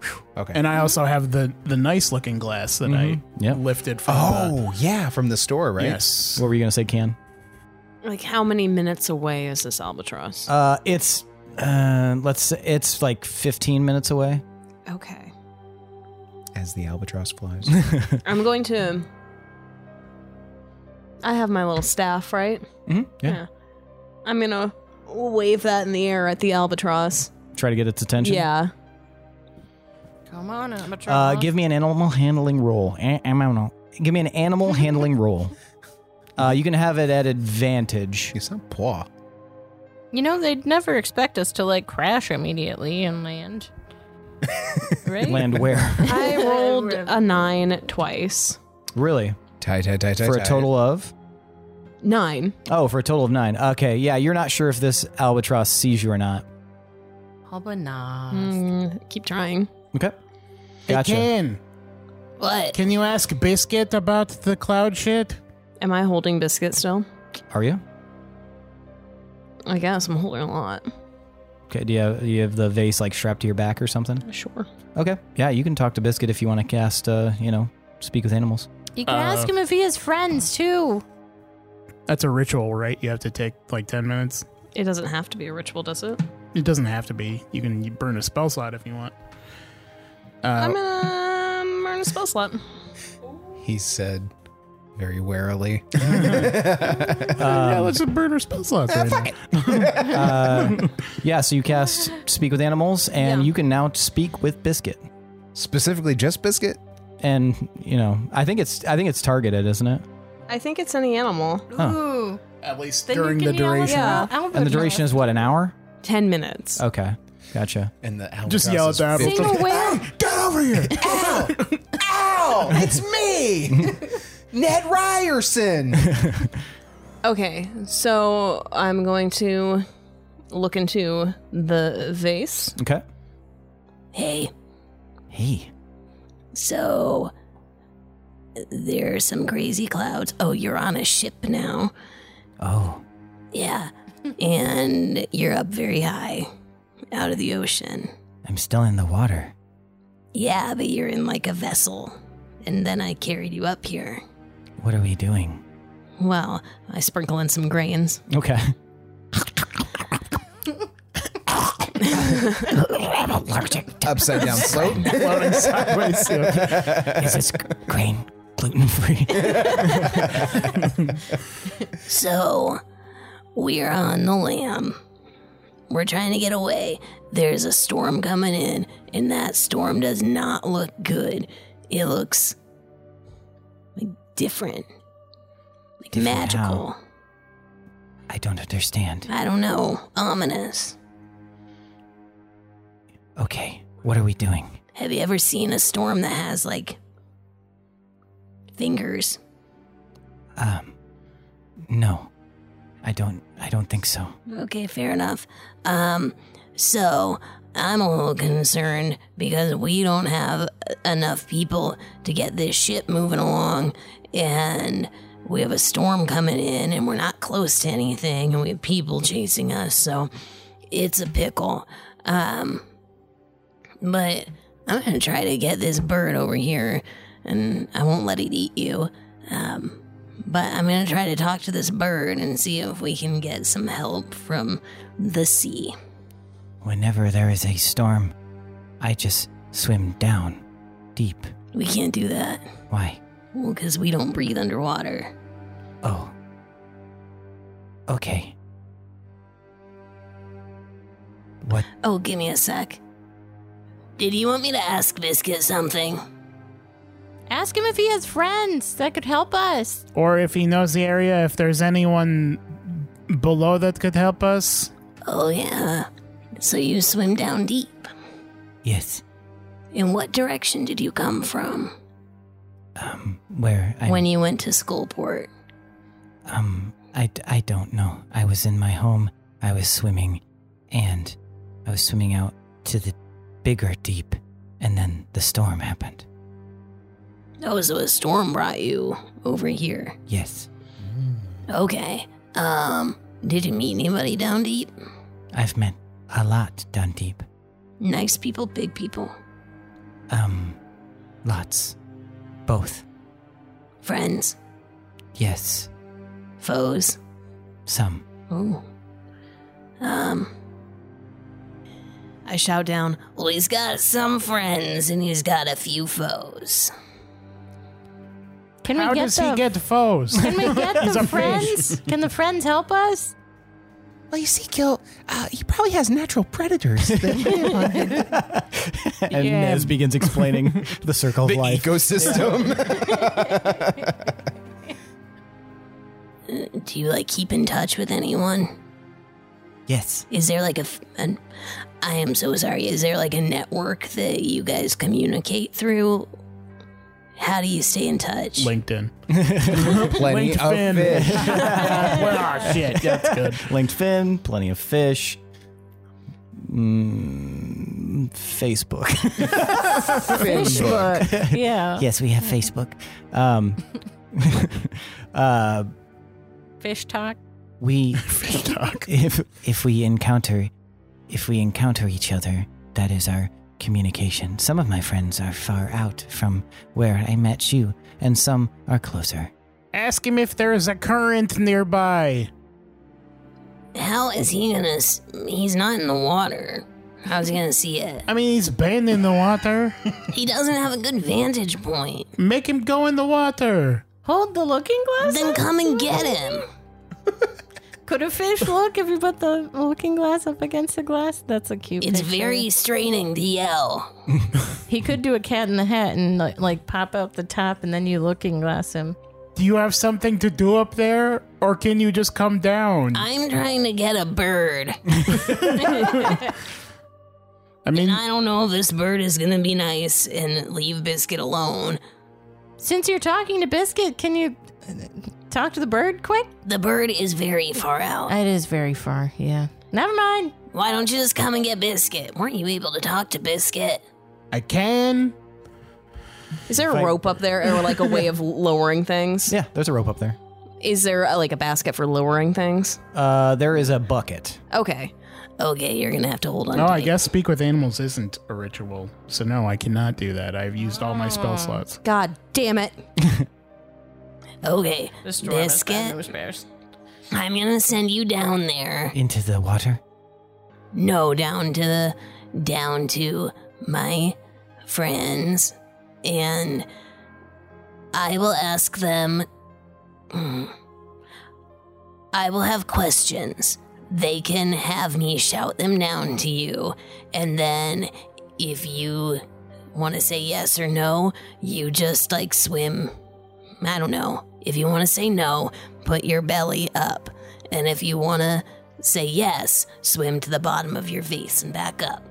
S6: Okay. Mm-hmm.
S4: And I also have the, the nice looking glass that
S2: Mhm.
S4: I
S2: Yep.
S4: lifted from the.
S6: oh yeah, from the store, right?
S4: Yes.
S2: What were you gonna say, Can?
S8: I'm like, how many minutes away is this albatross?
S2: Uh, it's uh, let's say it's like 15 minutes away.
S8: okay.
S6: As the albatross flies.
S8: I'm going to. I have my little staff, right?
S4: Mm-hmm.
S2: Mhm, yeah.
S8: I'm gonna wave that in the air at the albatross.
S2: Try to get its attention.
S8: Yeah.
S1: Come on, I'm a
S2: Uh, give me an animal handling roll. A- animal. Give me an animal handling roll. Uh, you can have it at advantage.
S6: you sound poor.
S1: You know, they'd never expect us to like crash immediately and land. right?
S2: Land where?
S8: I rolled a nine twice.
S2: really?
S6: Tight, tight, tight, tight.
S2: For a
S6: tight.
S2: total of?
S8: Nine.
S2: Oh, for a total of nine. Okay, yeah, you're not sure if this albatross sees you or not.
S1: Hobanas.
S8: Mm, keep trying.
S2: Okay.
S4: Hey,
S2: Gotcha.
S4: Ken,
S7: What?
S4: can you ask Biscuit about the cloud shit?
S8: Am I holding biscuit still?
S2: Are you?
S8: I guess I'm holding a lot.
S2: Okay, do you, have, do you have the vase like strapped to your back or something?
S8: Sure.
S2: Okay, yeah, you can talk to Biscuit if you want to cast, uh, you know, speak with animals.
S1: You can
S4: Uh,
S1: ask him if he has friends too.
S4: That's a ritual, right? You have to take like 10 minutes.
S8: It doesn't have to be a ritual, does it?
S4: It doesn't have to be. You can burn a spell slot if you want.
S8: I'm
S4: Uh,
S8: gonna um, earn a spell slot.
S6: He said very warily. Um,
S4: yeah, let's Ah, just burn our spell slots right now.
S2: Uh, yeah, so you cast speak with animals, and
S8: Yeah.
S2: you can now speak with Biscuit.
S6: Specifically just biscuit?
S2: And you know, I think it's I think it's targeted, isn't it?
S8: I think it's any animal.
S2: Huh.
S1: Ooh.
S4: At least
S1: Then
S4: during
S1: you
S4: the
S1: can yell
S4: duration.
S8: Yeah.
S1: at Albert
S2: And the duration is what an hour?
S8: Ten minutes.
S2: Okay, gotcha.
S6: And the
S4: Just yell at the
S6: albatross is
S4: albatross.
S1: Sing
S6: fifty-
S1: away.
S6: Get over here! Ow!
S4: Oh,
S6: Ow! It's me! Ned Ryerson!
S8: Okay, so I'm going to look into the vase.
S2: Okay.
S7: Hey,
S2: Hey.
S7: so there are some crazy clouds. Oh, you're on a ship now.
S2: Oh.
S7: Yeah. and you're up very high out of the ocean.
S2: I'm still in the water.
S7: Yeah, but you're in like a vessel. And then I carried you up here.
S2: What are we doing?
S7: Well, I sprinkle in some grains.
S2: Okay.
S6: Upside down slope.
S4: Floating sideways, yeah.
S2: Is this grain gluten free?
S7: So we're on the lamb. We're trying to get away. There's a storm coming in, and that storm does not look good. It looks like different, like
S2: Different how?
S7: magical.
S2: I don't understand.
S7: I don't know, ominous.
S2: Okay, what are we doing?
S7: Have you ever seen a storm that has like fingers?
S2: Um, no, I don't. I don't think so.
S7: Okay, fair enough. Um, so I'm a little concerned because we don't have enough people to get this ship moving along, and we have a storm coming in, and we're not close to anything, and we have people chasing us, so it's a pickle. Um, but I'm gonna try to get this bird over here, and I won't let it eat you. Um, but I'm gonna try to talk to this bird and see if we can get some help from the sea.
S2: Whenever there is a storm, I just swim down, deep.
S7: We can't do that
S2: Why?
S7: because we don't breathe underwater.
S2: Oh. Okay. What?
S7: Oh, give me a sec. Did you want me to ask Biscuit something?
S1: Ask him if he has friends that could help us.
S4: Or if he knows the area, if there's anyone below that could help us.
S7: Oh, yeah. So you swim down deep.
S2: Yes.
S7: In what direction did you come from
S2: Um, where? I,
S7: when you went to Skullport?
S2: Um, I, I don't know. I was in my home, I was swimming, and I was swimming out to the bigger deep, and then the storm happened.
S7: Oh, so a storm brought you over here.
S2: Yes.
S7: Okay. Um, did you meet anybody down deep?
S2: I've met a lot down deep.
S7: Nice people, big people,
S2: Um, lots. Both.
S7: friends,
S2: Yes.
S7: foes.
S2: Some.
S7: Oh. Um.
S8: I shout down.
S7: Well, he's got some friends and he's got a few foes.
S1: Can
S4: How
S1: we get
S4: does
S1: the
S4: he get foes?
S1: Can we get
S4: He's a
S1: the
S4: fish.
S1: friends? Can the friends help us?
S3: Well, Ezekiel, uh, he probably has natural predators. That live on him.
S2: And Nez begins explaining the circle of
S6: The ecosystem.
S7: Uh, Do you like keep in touch with anyone?
S2: Yes.
S7: Is there like a, f- an- I am so sorry. Is there like a network that you guys communicate through? How do you stay in touch?
S4: LinkedIn.
S6: Plenty of
S4: LinkedIn.
S6: fish.
S4: well, oh, shit. That's good.
S2: Linked fin, plenty of fish. Mm, Facebook.
S1: Facebook. yeah.
S2: yes, we have Facebook. Um, uh,
S1: Fish talk.
S2: we if if we encounter if we encounter each other that is our communication some of my friends are far out from where i met you and some are closer
S4: Ask him if there's a current nearby.
S7: How is he gonna? s- He's not in the water. How's he gonna see it?
S4: I mean, he's been in the water.
S7: He doesn't have a good vantage point.
S4: Make him go in the water.
S1: Hold the looking glass.
S7: Then
S1: up?
S7: come and get him.
S1: Could a fish look if you put the looking glass up against the glass? That's a cute.
S7: It's
S1: picture.
S7: very straining to yell.
S1: He could do a cat in the hat and like, like pop out the top, and then you looking glass him.
S4: Do you have something to do up there, or can you just come down? I,
S7: I'm trying to get a bird.
S4: mean,
S7: I don't know if this bird is gonna be nice and leave Biscuit alone.
S1: Since you're talking to Biscuit, can you uh, talk to the bird quick?
S7: The bird is very far out.
S1: It is very far. Yeah. Never mind.
S7: Why don't you just come and get Biscuit? Weren't you able to talk to Biscuit?
S4: I can.
S8: Is there a rope up there or like a way of lowering things?
S2: yeah there's a rope up there
S8: Is there a, like a basket for lowering things?
S2: uh there is a bucket
S8: Okay.
S7: Okay, you're gonna have to hold on.
S4: Oh, I
S7: tight.
S4: guess speak with animals isn't a ritual. So no, I cannot do that. I've used all my
S1: Oh.
S4: spell slots.
S8: God damn it.
S7: Okay, Biscuit, I'm gonna send you down there.
S2: into the water
S7: No, down to the down to my friends, and I will ask mm, them. I will have questions they can have me shout them down to you. And then if you want to say yes or no, you just like swim. I don't know. If you want to say no, put your belly up. And if you want to say yes, swim to the bottom of your face and back up.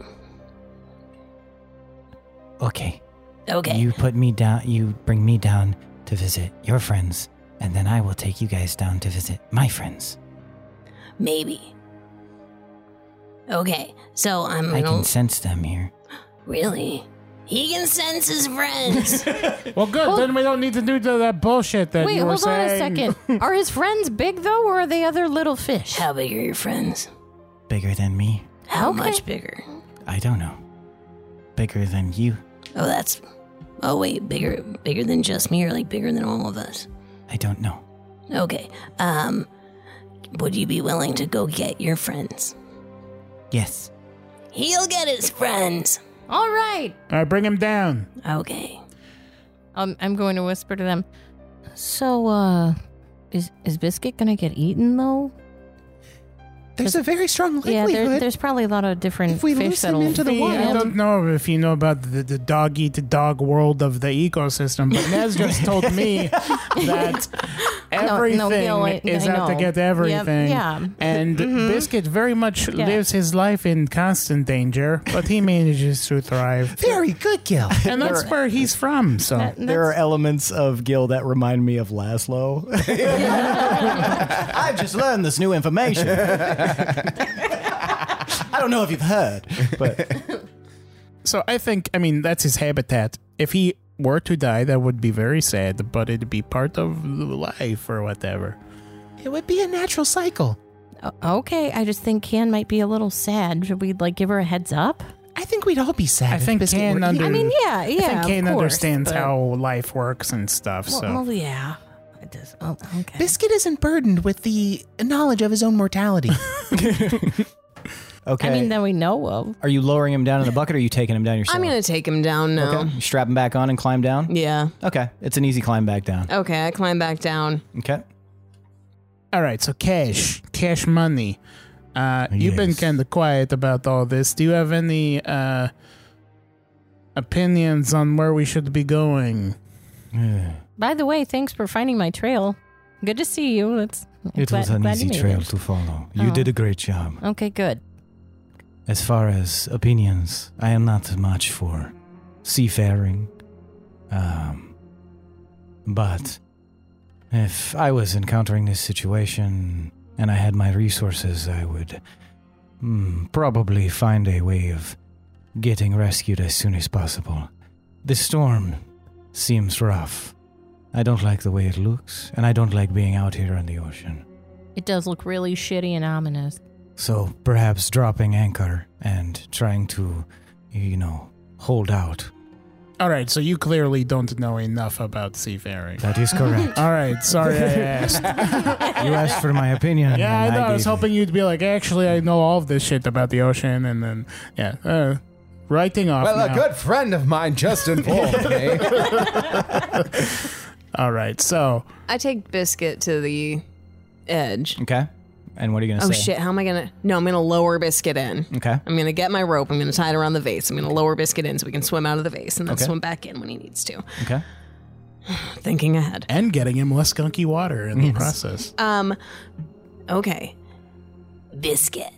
S2: Okay.
S7: Okay.
S2: You put me down, you bring me down to visit your friends, and then I will take you guys down to visit my friends.
S7: Maybe. Okay, so I'm
S2: I
S7: an
S2: can
S7: old.
S2: sense them here.
S7: Really? He can sense his friends.
S4: Well, good.
S1: Hold-
S4: then we don't need to do that bullshit that
S1: Wait,
S4: you were
S1: hold on a
S4: saying.
S1: second. Are his friends big though, or are they other little fish?
S7: How big are your friends?
S2: Bigger than me?
S7: How
S1: Okay.
S7: much bigger?
S2: I don't know. Bigger than you?
S7: Oh, that's. Oh wait, bigger, bigger than just me, or like bigger than all of us.
S2: I don't know.
S7: Okay. Um, would you be willing to go get your friends?
S2: Yes.
S7: He'll get his friends.
S1: All right.
S4: All right, bring him down.
S7: Okay.
S1: Um, I'm going to whisper to them. So, uh, is is Biscuit gonna get eaten though?
S3: There's a very strong
S1: yeah,
S3: likelihood.
S1: there, there's probably a lot of different
S3: If we
S1: fish
S3: loose him
S1: that'll
S3: into the
S1: feed
S3: wild-
S4: I
S1: him.
S4: don't know if you know about the, the dog eat the dog world of the ecosystem, but Nez just told me that everything
S1: no, Gil, I-
S4: is
S1: I
S4: out to
S1: know.
S4: get everything.
S1: Yep, yeah.
S4: And
S1: Mhm.
S4: Biscuit very much
S1: Yeah.
S4: lives his life in constant danger, but he manages to thrive.
S3: very good, Gil.
S4: And that's where he's from. So
S1: That-
S2: There are
S1: that's-
S2: elements of Gil that remind me of Laszlo. I just learned this new information. I don't know if you've heard, but
S4: So I think, I mean, that's his habitat. If he were to die, that would be very sad, but it'd be part of life or whatever.
S3: It would be a natural cycle.
S1: O- okay, I just think Can might be a little sad. Should we like give her a heads up?
S3: I think we'd all be sad.
S4: I
S3: if
S4: think
S3: Biscuit
S4: Can
S3: were-
S4: under-
S1: I mean, yeah, yeah.
S4: I think
S1: of
S4: Kane
S1: course,
S4: understands
S1: but-
S4: how life works and stuff.
S1: Well,
S4: so
S1: well, yeah. It does. Oh, okay.
S3: Biscuit isn't burdened with the knowledge of his own mortality.
S2: okay.
S1: I mean, that we know of.
S2: are you lowering him down in the bucket or are you taking him down yourself?
S8: I'm gonna take him down now.
S2: Okay. You strap him back on and climb down?
S8: Yeah.
S2: Okay. It's an easy climb back down.
S8: Okay, I climb back down.
S2: Okay.
S4: all right. So cash, cash money. Uh, You've been
S2: Yes.
S4: kind of quiet about all this. Do you have any uh, opinions on where we should be going?
S1: By the way, thanks for finding my trail. Good to see you. That's
S2: It
S1: glad-
S2: was an
S1: glad you
S2: easy
S1: made
S2: trail
S1: it.
S2: to follow. You
S1: Oh.
S2: did a great job.
S1: Okay, good.
S2: As far as opinions, I am not much for seafaring. Um, but if I was encountering this situation and I had my resources, I would hmm, probably find a way of getting rescued as soon as possible. The storm seems rough. I don't like the way it looks, and I don't like being out here in the ocean.
S1: It does look really shitty and ominous.
S2: So perhaps dropping anchor and trying to, you know, hold out.
S4: All right. So you clearly don't know enough about seafaring.
S2: That is correct.
S4: All right. Sorry I asked.
S2: you asked for my opinion.
S4: Yeah, I
S2: and
S4: know. I
S2: gave
S4: was hoping you'd be like, actually, I know all of this shit about the ocean, and then yeah, uh, writing off.
S6: Well,
S4: now.
S6: a good friend of mine just informed me.
S4: All right, so
S8: I take Biscuit to the edge.
S2: it. Okay. And what are you gonna
S8: Oh
S2: say?
S8: shit, how am I gonna No, I'm gonna lower Biscuit in.
S2: Okay.
S8: I'm gonna get my rope, I'm gonna tie it around the vase, I'm gonna lower Biscuit in so we can swim out of the vase and then
S2: Okay.
S8: swim back in when he needs to.
S2: Okay.
S8: Thinking ahead.
S4: and getting him less gunky water in the process.
S8: Um Okay.
S7: Biscuit,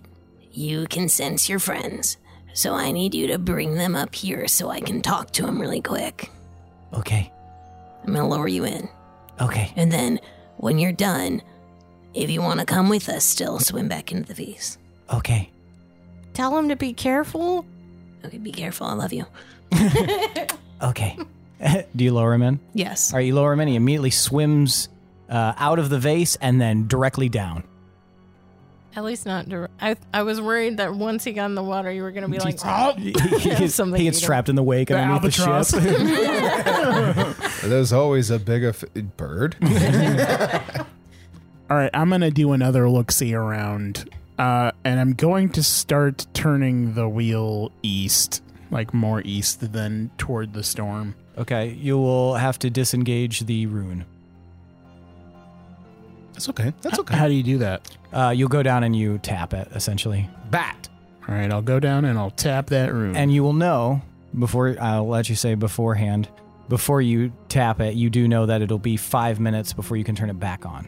S7: you can sense your friends, so I need you to bring them up here so I can talk to them really quick.
S2: Okay.
S7: I'm gonna lower you in.
S2: Okay.
S7: And then, when you're done, if you wanna come with us still, swim back into the vase.
S2: Okay.
S1: Tell him to be careful.
S7: Okay, be careful, I love you.
S2: Okay. Do you lower him in?
S8: Yes.
S2: All right. You lower him in. He immediately swims uh, out of the vase and then directly down.
S1: At least not. Dir- I I was worried that once he got in the water, you were gonna be like,
S2: he,
S1: Have
S2: gets,
S1: something
S2: he
S1: to
S2: gets
S1: eat him.
S2: trapped in the wake underneath
S4: albatross.
S2: the ship.
S6: There's always a big af- bird.
S4: All right, I'm gonna do another look see around, uh, and I'm going to start turning the wheel east, like more east than toward the storm.
S2: okay. You will have to disengage the rune.
S6: That's okay. That's okay.
S4: How do you do that?
S2: Uh, you'll go down and you tap it essentially,
S6: Bat.
S4: All right, I'll go down and I'll tap that room.
S2: and you will know before I'll let you say beforehand. Before you tap it, you do know that it'll be five minutes before you can turn it back on.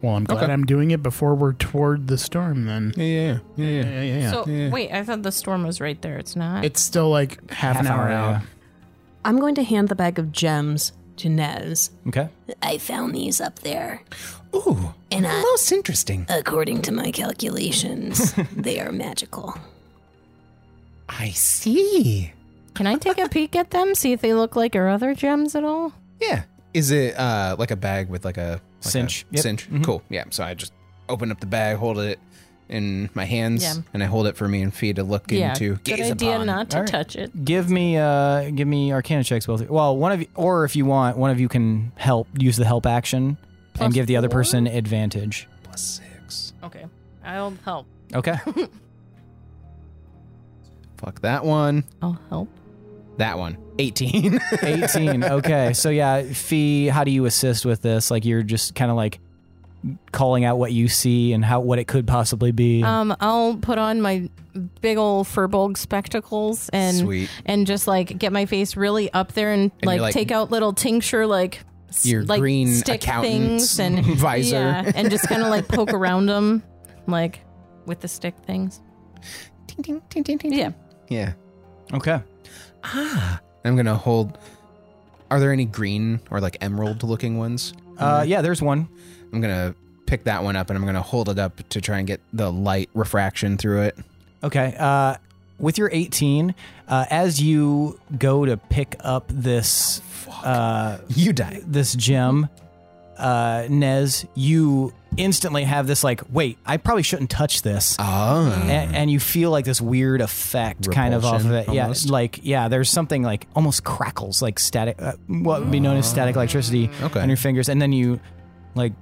S4: well, I'm glad
S6: Okay.
S4: I'm doing it before we're toward the storm. Then.
S6: Yeah, yeah, yeah, yeah. yeah.
S4: Yeah, yeah, yeah.
S1: So wait, I thought the storm was right there. It's not.
S4: it's still like half, an hour, out.
S8: I'm going to hand the bag of gems to Nez.
S2: yeah. Okay.
S7: I found these up there.
S6: Ooh,
S7: And I,
S6: most interesting.
S7: according to my calculations, they are magical.
S6: I see.
S1: Can I take a peek at them? See if they look like our other gems at all?
S6: Yeah. Is it uh like a bag with like a like
S2: Cinch.
S6: A
S2: Yep.
S6: Cinch.
S2: Mhm.
S6: Cool. Yeah. So I just open up the bag, hold it in my hands,
S1: Yeah.
S6: and I hold it for me and Fee to look into.
S1: Good
S6: gaze
S1: idea
S6: upon.
S1: not to
S2: All right.
S1: touch it.
S2: Give me uh give me arcana checks both. Well, one of you or if you want, one of you can help use the help action
S1: Plus
S2: and give the other
S1: four?
S2: person advantage.
S6: Plus six.
S1: Okay, I'll help.
S2: Okay.
S6: Fuck that one.
S1: I'll help.
S6: That one. Eighteen.
S2: 18. Okay. So yeah, Fee, how do you assist with this? Like you're just kind of like calling out what you see and how what it could possibly be.
S1: Um, I'll put on my big old furbolg spectacles and
S6: Sweet.
S1: and just like get my face really up there and,
S6: you're
S1: like,
S6: like-
S1: take out little tincture like s-
S6: Your
S1: like
S6: green
S1: stick
S6: accountant's
S1: things and
S6: visor.
S1: yeah, and just kind of like poke around them like with the stick things.
S6: Ting, ting, ting, ting, ting, ting.
S1: Yeah.
S6: Yeah.
S2: okay.
S6: Ah. I'm gonna hold. Are there any green or like emerald looking ones?
S2: Uh yeah, there's one.
S6: I'm gonna pick that one up and I'm gonna hold it up to try and get the light refraction through it.
S2: Okay. Uh with your 18, uh, as you go to pick up this uh
S6: You die.
S2: this gem, uh, Nez, you instantly have this like, wait, I probably shouldn't touch this.
S6: Ah.
S2: A- And, you feel like this weird effect kind of off of it.
S6: Repulsion, almost?
S2: Yeah. Like, yeah, there's something like almost crackles, like static, uh, what would be known as static electricity
S6: Okay.
S2: on your fingers. And then you like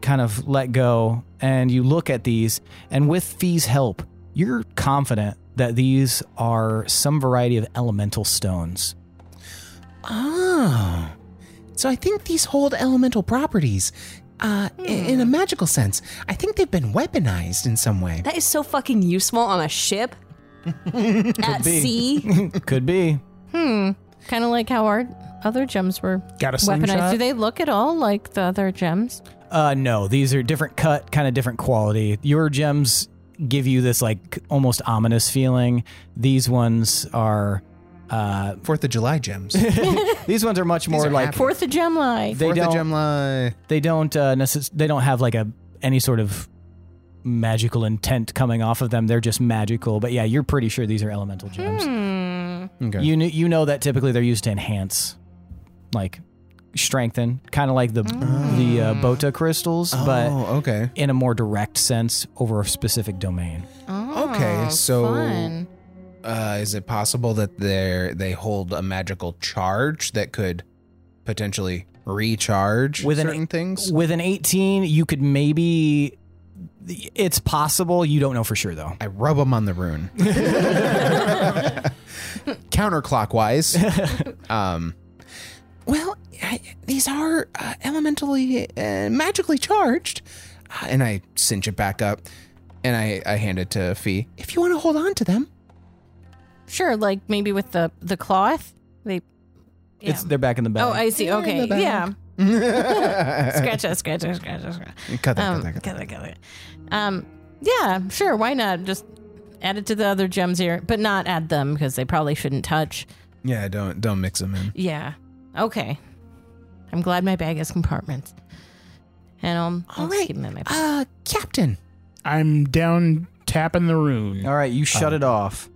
S2: kind of let go and you look at these. And with Fee's help, you're confident that these are some variety of elemental stones.
S6: Oh. So I think these hold elemental properties. Uh, i- in a magical sense, I think they've been weaponized in some way.
S8: That is so fucking useful on a ship. At
S2: be.
S8: sea.
S2: Could be.
S1: Hmm. Kind of like how our other gems were
S4: Got a
S1: weaponized.
S4: slingshot?
S1: Do they look at all like the other gems?
S2: Uh, no, these are different cut, kind of different quality. Your gems give you this like almost ominous feeling. These ones are, uh,
S6: Fourth of July gems.
S2: these ones are much more
S6: are
S2: like
S6: happy.
S1: Fourth of gem life.
S2: they
S6: Fourth
S2: don't
S6: of Gemli.
S2: they don't uh, necess- they don't have like a any sort of magical intent coming off of them. They're just magical. But yeah, you're pretty sure these are elemental gems.
S1: Hmm.
S6: Okay.
S2: You kn- you know that typically they're used to enhance, like strengthen, kind of like the the uh, bota crystals, but
S6: Hmm. oh, okay.
S2: in a more direct sense over a specific domain.
S6: Hmm.
S1: Oh,
S6: Okay, so-
S1: fun.
S6: Uh, is it possible that they they hold a magical charge that could potentially recharge
S2: With an-
S6: certain things?
S2: With an 18, you could maybe. It's possible. You don't know for sure, though.
S6: I rub them on the rune. Counterclockwise. um, well, I, these are uh, elementally uh, magically charged. Uh, and I cinch it back up and I, I hand it to Fee. If you want to hold on to them,
S1: Sure, like maybe with the the cloth. They. Yeah.
S2: It's they're back in the bag.
S1: oh, I see. Okay,
S6: bag.
S1: yeah.
S6: cut that,
S1: Scratch that, scratch that, scratch that, scratch
S6: cut
S1: that.
S6: that,
S1: Um,
S6: cut that.
S1: got it, got it. Um, yeah, sure. Why not just add it to the other gems here, but not add them because they probably shouldn't touch.
S6: Yeah, don't don't mix them in.
S1: Yeah. Okay. I'm glad my bag has compartments, and I'll, I'll
S6: All
S1: just
S6: right.
S1: keep them in my. bag.
S6: Uh, Captain.
S4: I'm down tapping the rune,
S2: All right, you shut it off.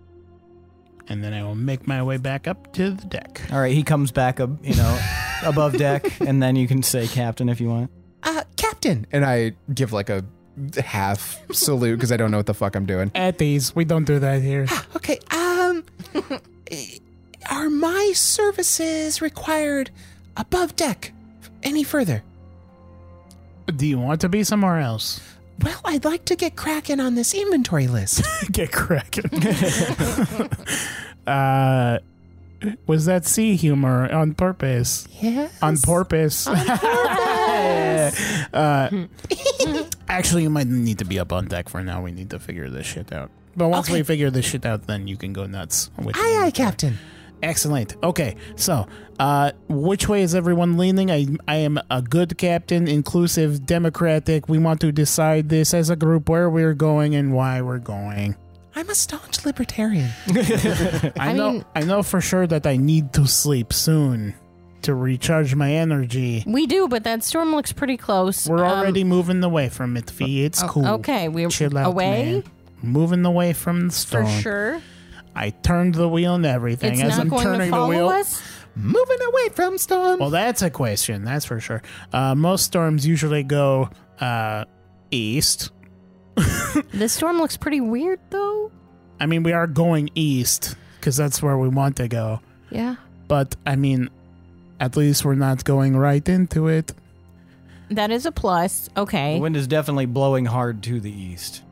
S4: and then I will make my way back up to the deck.
S2: All right, he comes back up, you know, above deck, and then you can say captain if you want.
S6: Uh, Captain. And I give like a half salute because I don't know what the fuck I'm doing.
S4: At these, we don't do that here.
S6: Okay. Um, are my services required above deck any further?
S4: Do you want to be somewhere else?
S6: Well, I'd like to get cracking on this E inventory list.
S4: Get cracking. uh, was that sea humor on purpose?
S3: Yeah.
S4: On purpose. uh, actually, you might need to be up on deck for now. We need to figure this shit out. But once we figure this shit out, then you can go nuts. Which
S3: Aye, aye, Captain.
S4: Excellent. Okay, so uh, which way is everyone leaning? I, I am a good captain, inclusive, democratic. We want to decide this as a group where we're going and why we're going.
S3: I'm a staunch libertarian.
S4: I,
S1: I
S4: know
S1: mean-
S4: I know for sure that I need to sleep soon to recharge my energy.
S1: We do, but that storm looks pretty close.
S4: We're
S1: Um,
S4: already moving away from it, Fee. It's cool.
S1: okay. We're
S4: Chill out,
S1: away
S4: man. Moving away from the storm.
S1: for sure.
S4: I turned the wheel and everything.
S1: It's
S4: As
S1: not
S4: I'm
S1: going to
S4: turning the
S1: follow
S4: wheel,
S1: us.
S3: Moving away from storm.
S4: Well, that's a question, that's for sure. Uh, most storms usually go uh, east.
S1: The storm looks pretty weird, though.
S4: I mean, we are going east because that's where we want to go.
S1: Yeah.
S4: But I mean, at least we're not going right into it.
S1: That is a plus.
S2: The
S1: Okay.
S2: wind is definitely blowing hard to the east.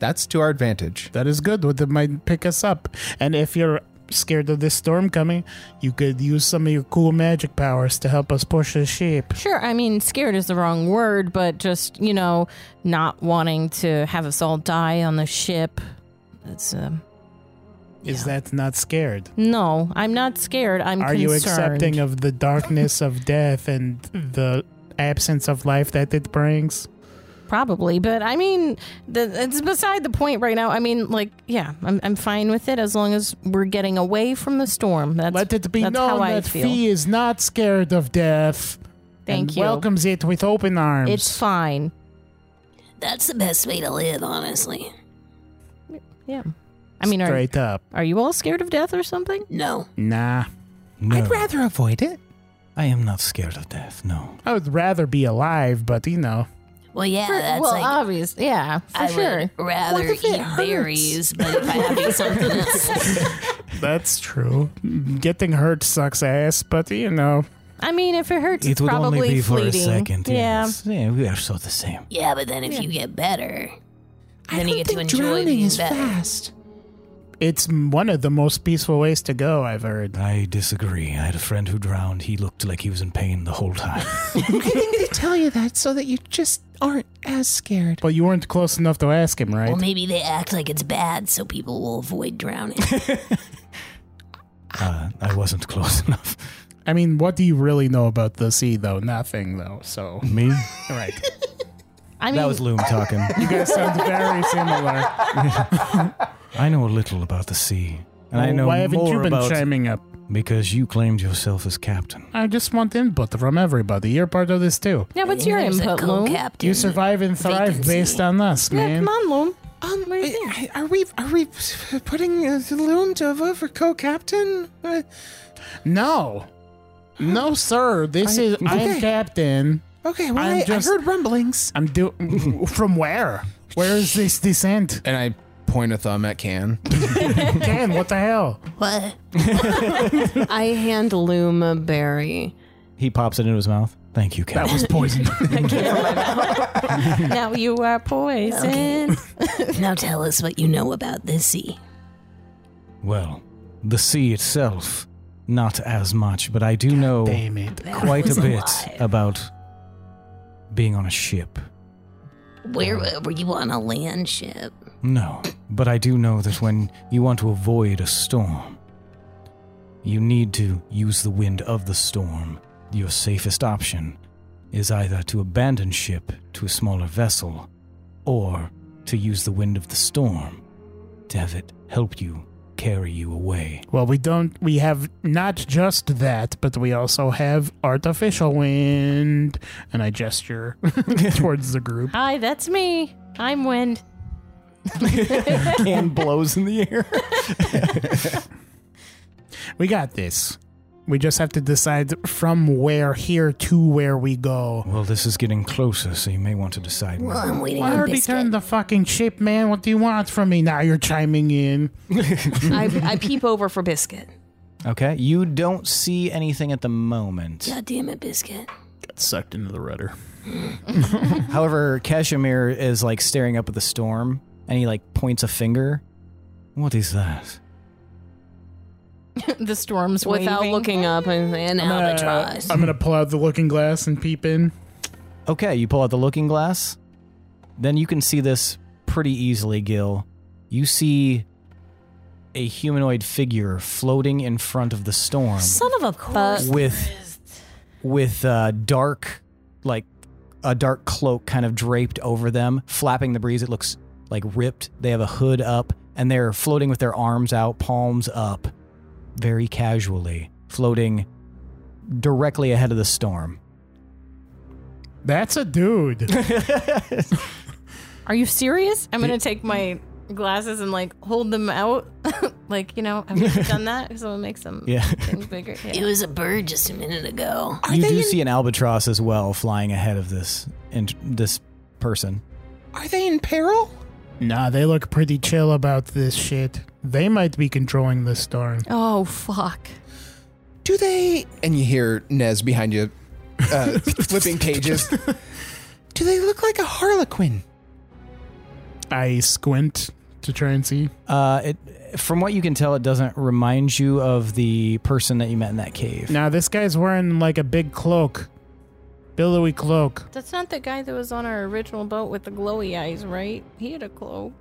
S6: That's to our advantage.
S4: That is good. What it might pick us up. And if you're scared of this storm coming, you could use some of your cool magic powers to help us push the ship.
S1: Sure. I mean, scared is the wrong word, but just, you know, not wanting to have us all die on the ship. That's, um,
S4: Is that not scared?
S1: no, I'm not scared. I'm
S4: Are
S1: concerned. Hmm.
S4: you accepting of the darkness of death and the absence of life that it brings?
S1: Probably, but I mean, the, it's beside the point right now. I mean, like, yeah, I'm, I'm fine with it as long as we're getting away from the storm. That's,
S4: Let it be
S1: that's how
S4: known
S1: I
S4: that
S1: feel.
S4: Fee is not scared of death.
S1: Thank
S4: and
S1: you.
S4: Welcomes it with open arms.
S1: It's fine.
S7: That's the best way to live, honestly.
S1: Yeah. I mean, are,
S4: straight up.
S1: are you all scared of death or something?
S7: No.
S4: Nah.
S2: No,
S3: I'd rather avoid it.
S2: I am not scared of death. No.
S4: I would rather be alive, but you know.
S7: Well, yeah, that's
S1: well,
S7: like.
S1: obvious. Yeah, for
S7: I
S1: sure.
S7: would rather
S1: if it
S7: eat
S1: hurts?
S7: berries, but if I have to eat something else,
S4: That's true. Getting hurt sucks ass, but you know.
S1: I mean, if it hurts, it's probably fleeting. Yeah.
S2: Yeah, we are so the same.
S7: yeah. But then if you get better,
S3: I
S7: then
S3: don't
S7: you get to
S3: think
S7: enjoy
S3: drowning
S7: being
S3: is
S7: better.
S3: fast.
S4: It's m- one of the most peaceful ways to go, I've heard.
S2: I disagree. I had a friend who drowned. He looked like he was in pain the whole time.
S3: I think they tell you that so that you just aren't as scared.
S4: But you weren't close enough to ask him, right?
S7: Well, maybe they act like it's bad so people will avoid drowning.
S2: uh, I wasn't close enough.
S4: I mean, what do you really know about the sea, though? Nothing, though, so.
S2: Me?
S4: All right.
S1: I mean,
S2: That was Loom talking.
S4: You guys sound very similar.
S2: I know a little about the sea. And I
S4: Well,
S2: know
S4: Why haven't
S2: more
S4: you been
S2: about
S4: chiming up?
S2: because you claimed yourself as captain.
S4: I just want input from everybody. You're part of this, too.
S1: yeah. What's your
S7: There's a
S1: input, Loom?
S7: co-captain.
S4: You survive and thrive
S7: Vacancy.
S4: based on us,
S1: Yeah,
S4: man.
S1: come on, Loom.
S3: Um,
S1: do you
S3: I- I- are we are we putting uh, Loom Dova for co-captain? Uh,
S4: No. No, sir. This
S2: I-
S4: is I'm
S3: Okay.
S4: captain.
S3: okay, well,
S4: I'm
S3: I,
S4: just-
S3: I heard rumblings.
S4: I'm do from where? Where is this descent?
S6: And I point a thumb at Can.
S4: Ken, what the hell?
S7: What?
S8: I hand Loom a berry.
S2: He pops it into his mouth. Thank you,
S4: That
S2: Captain.
S4: was poison.
S1: now you are poison.
S7: Now tell us what you know about the sea.
S2: well, the sea itself, not as much, but I do know
S4: Damn it.
S7: That
S2: quite
S7: was
S2: a bit
S7: lie.
S2: about being on a ship.
S7: Where were you on a land ship?
S2: No, but I do know that when you want to avoid a storm, you need to use the wind of the storm. Your safest option is either to abandon ship to a smaller vessel or to use the wind of the storm to have it help you carry you away.
S4: Well, we don't. We have not just that, but we also have artificial wind. And I gesture towards the group.
S1: Hi, that's me. I'm Wind.
S2: Can blows in the air.
S4: We got this. We just have to decide from where here to where we go.
S2: Well, this is getting closer, so you may want to decide.
S7: Well,
S2: now.
S7: I'm waiting
S4: I
S7: on
S4: already
S7: biscuit.
S4: turned the fucking ship, man. What do you want from me? Now you're chiming in.
S8: I, I peep over for biscuit.
S2: Okay, you don't see anything at the moment.
S7: God damn it, biscuit.
S4: Got sucked into the rudder.
S2: However, Kashmir is like staring up at the storm and he like points a finger. What is that?
S1: the storm's
S8: without
S1: waving.
S8: looking up and, and
S7: I'm
S8: out.
S7: gonna- Albatross.
S4: Uh, I'm gonna pull out the looking glass and peep in.
S2: Okay, you pull out the looking glass. Then you can see this pretty easily, Gil. You see a humanoid figure floating in front of the storm
S8: Son of a butt.
S2: with with uh, dark like a dark cloak kind of draped over them, flapping the breeze. It looks like ripped. They have a hood up and they're floating with their arms out, palms up, very casually, floating directly ahead of the storm.
S4: That's a dude.
S1: Are you serious? I'm gonna take my glasses and like hold them out, like you know I've never done that, so it makes them
S2: Yeah.
S1: things bigger. Yeah.
S7: It was a bird just a minute ago.
S3: Are
S2: you
S3: they
S2: do
S3: in,
S2: see an albatross as well flying ahead of this in, this person.
S3: Are they in peril?
S4: nah, they look pretty chill about this shit. They might be controlling the storm.
S1: Oh fuck!
S3: Do they
S6: And you hear Nez behind you uh, flipping pages.
S3: do they look like a harlequin?
S4: I squint to try and see.
S2: Uh, it, from what you can tell, it doesn't remind you of the person that you met in that cave.
S4: Now this guy's wearing like a big cloak, billowy cloak.
S1: That's not the guy that was on our original boat with the glowy eyes, right? He had a cloak.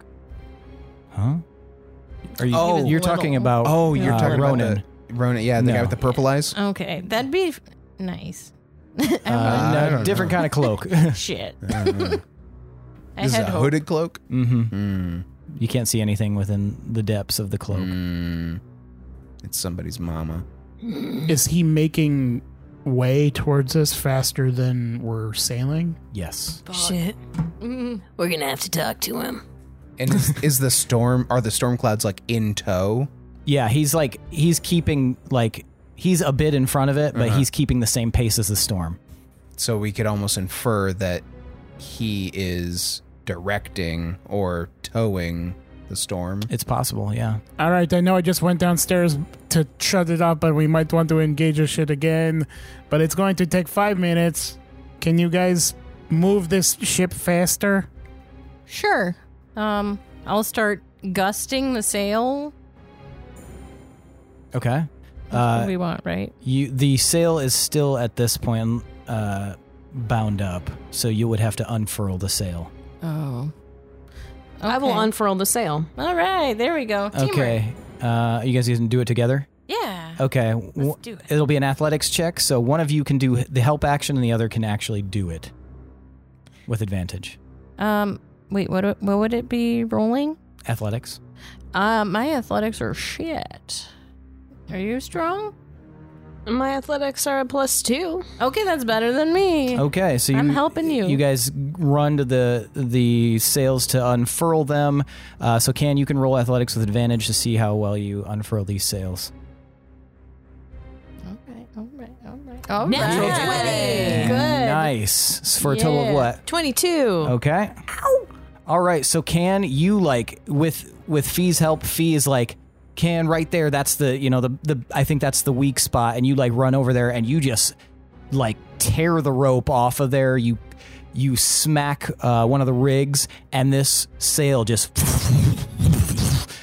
S2: Huh? Are you?
S6: Oh.
S2: you're talking about?
S6: Oh, you're
S2: uh,
S6: talking
S2: Ronan.
S6: about the, Ronan. Yeah, the
S2: No.
S6: guy with the purple eyes.
S1: Okay, that'd be f- nice. I
S2: Uh,
S6: I
S2: no,
S6: don't
S2: different
S6: know.
S2: kind of cloak.
S1: want shit. I
S6: this is a
S1: had hope.
S6: hooded cloak.
S2: hmm
S6: Hmm.
S2: You can't see anything within the depths of the cloak.
S6: Hmm. It's somebody's mama.
S7: Mm.
S4: Is he making way towards us faster than we're sailing?
S2: Yes.
S7: Shit. We're gonna have to talk to him.
S6: And is, is the storm? Are the storm clouds like in tow?
S2: Yeah, he's like he's keeping like he's a bit in front of it, but
S6: Uh-huh.
S2: he's keeping the same pace as the storm.
S6: So we could almost infer that he is directing or towing the storm.
S2: It's possible. Yeah.
S4: All right, I know I just went downstairs to shut it up, but we might want to engage this shit again. But it's going to take five minutes. Can you guys move this ship faster?
S1: Sure. Um, I'll start gusting the sail.
S2: Okay.
S1: That's
S2: Uh,
S1: what we want, right?
S2: You the sail is still at this point uh, bound up, so you would have to unfurl the sail.
S1: Oh.
S8: I will
S1: Okay.
S8: unfurl the sail.
S1: All right, there we go. Teamwork.
S2: Okay, uh, you guys can do it together.
S1: Yeah.
S2: Okay, w-
S1: Let's do it.
S2: it'll be an athletics check, so one of you can do the help action and the other can actually do it with advantage.
S1: Um, wait, what? do- What would it be rolling?
S2: Athletics.
S1: Uh, my athletics are shit. Are you strong?
S8: My athletics are a plus two.
S1: Okay, that's better than me.
S2: Okay, so you,
S1: I'm helping you.
S2: You guys run to the the sails to unfurl them. Uh, so, can you can roll athletics with advantage to see how well you unfurl these sails.
S1: All right, all right, all right. All
S8: Natural
S1: right.
S8: 20.
S1: Good.
S2: Nice. S- For a total of
S1: Yeah.
S2: what?
S8: 22.
S2: Okay. All right. So can you like with with Fee's help? Fee is like can right there. That's the you know the the I think that's the weak spot, and you like run over there and you just like tear the rope off of there. You you smack uh, one of the rigs, and this sail just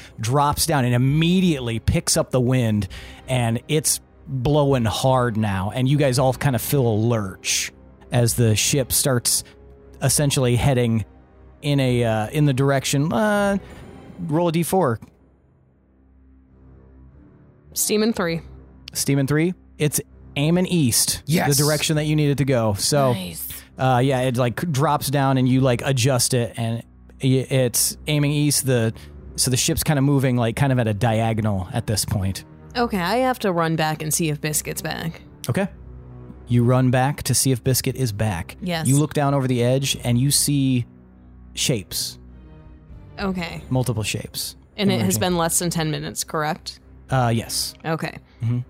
S2: drops down and immediately picks up the wind, and it's blowing hard now. And you guys all kind of feel a lurch as the ship starts essentially heading in a uh, in the direction. Uh, roll a d4.
S8: Steaming three.
S2: Steaming three. It's aiming east.
S6: Yes.
S2: the direction that you needed to go. So, uh, yeah, it like drops down and you like adjust it, and i- it's aiming east. The so the ship's kind of moving like kind of at a diagonal at this point.
S8: Okay, I have to run back and see if Biscuit's back.
S2: Okay. You run back to see if Biscuit is back.
S8: Yes.
S2: You look down over the edge and you see shapes,
S8: Okay.
S2: multiple shapes.
S8: And it has
S2: Emerging.
S8: been less than 10 minutes, correct?
S2: Uh, yes. Mm-hmm.
S8: Okay.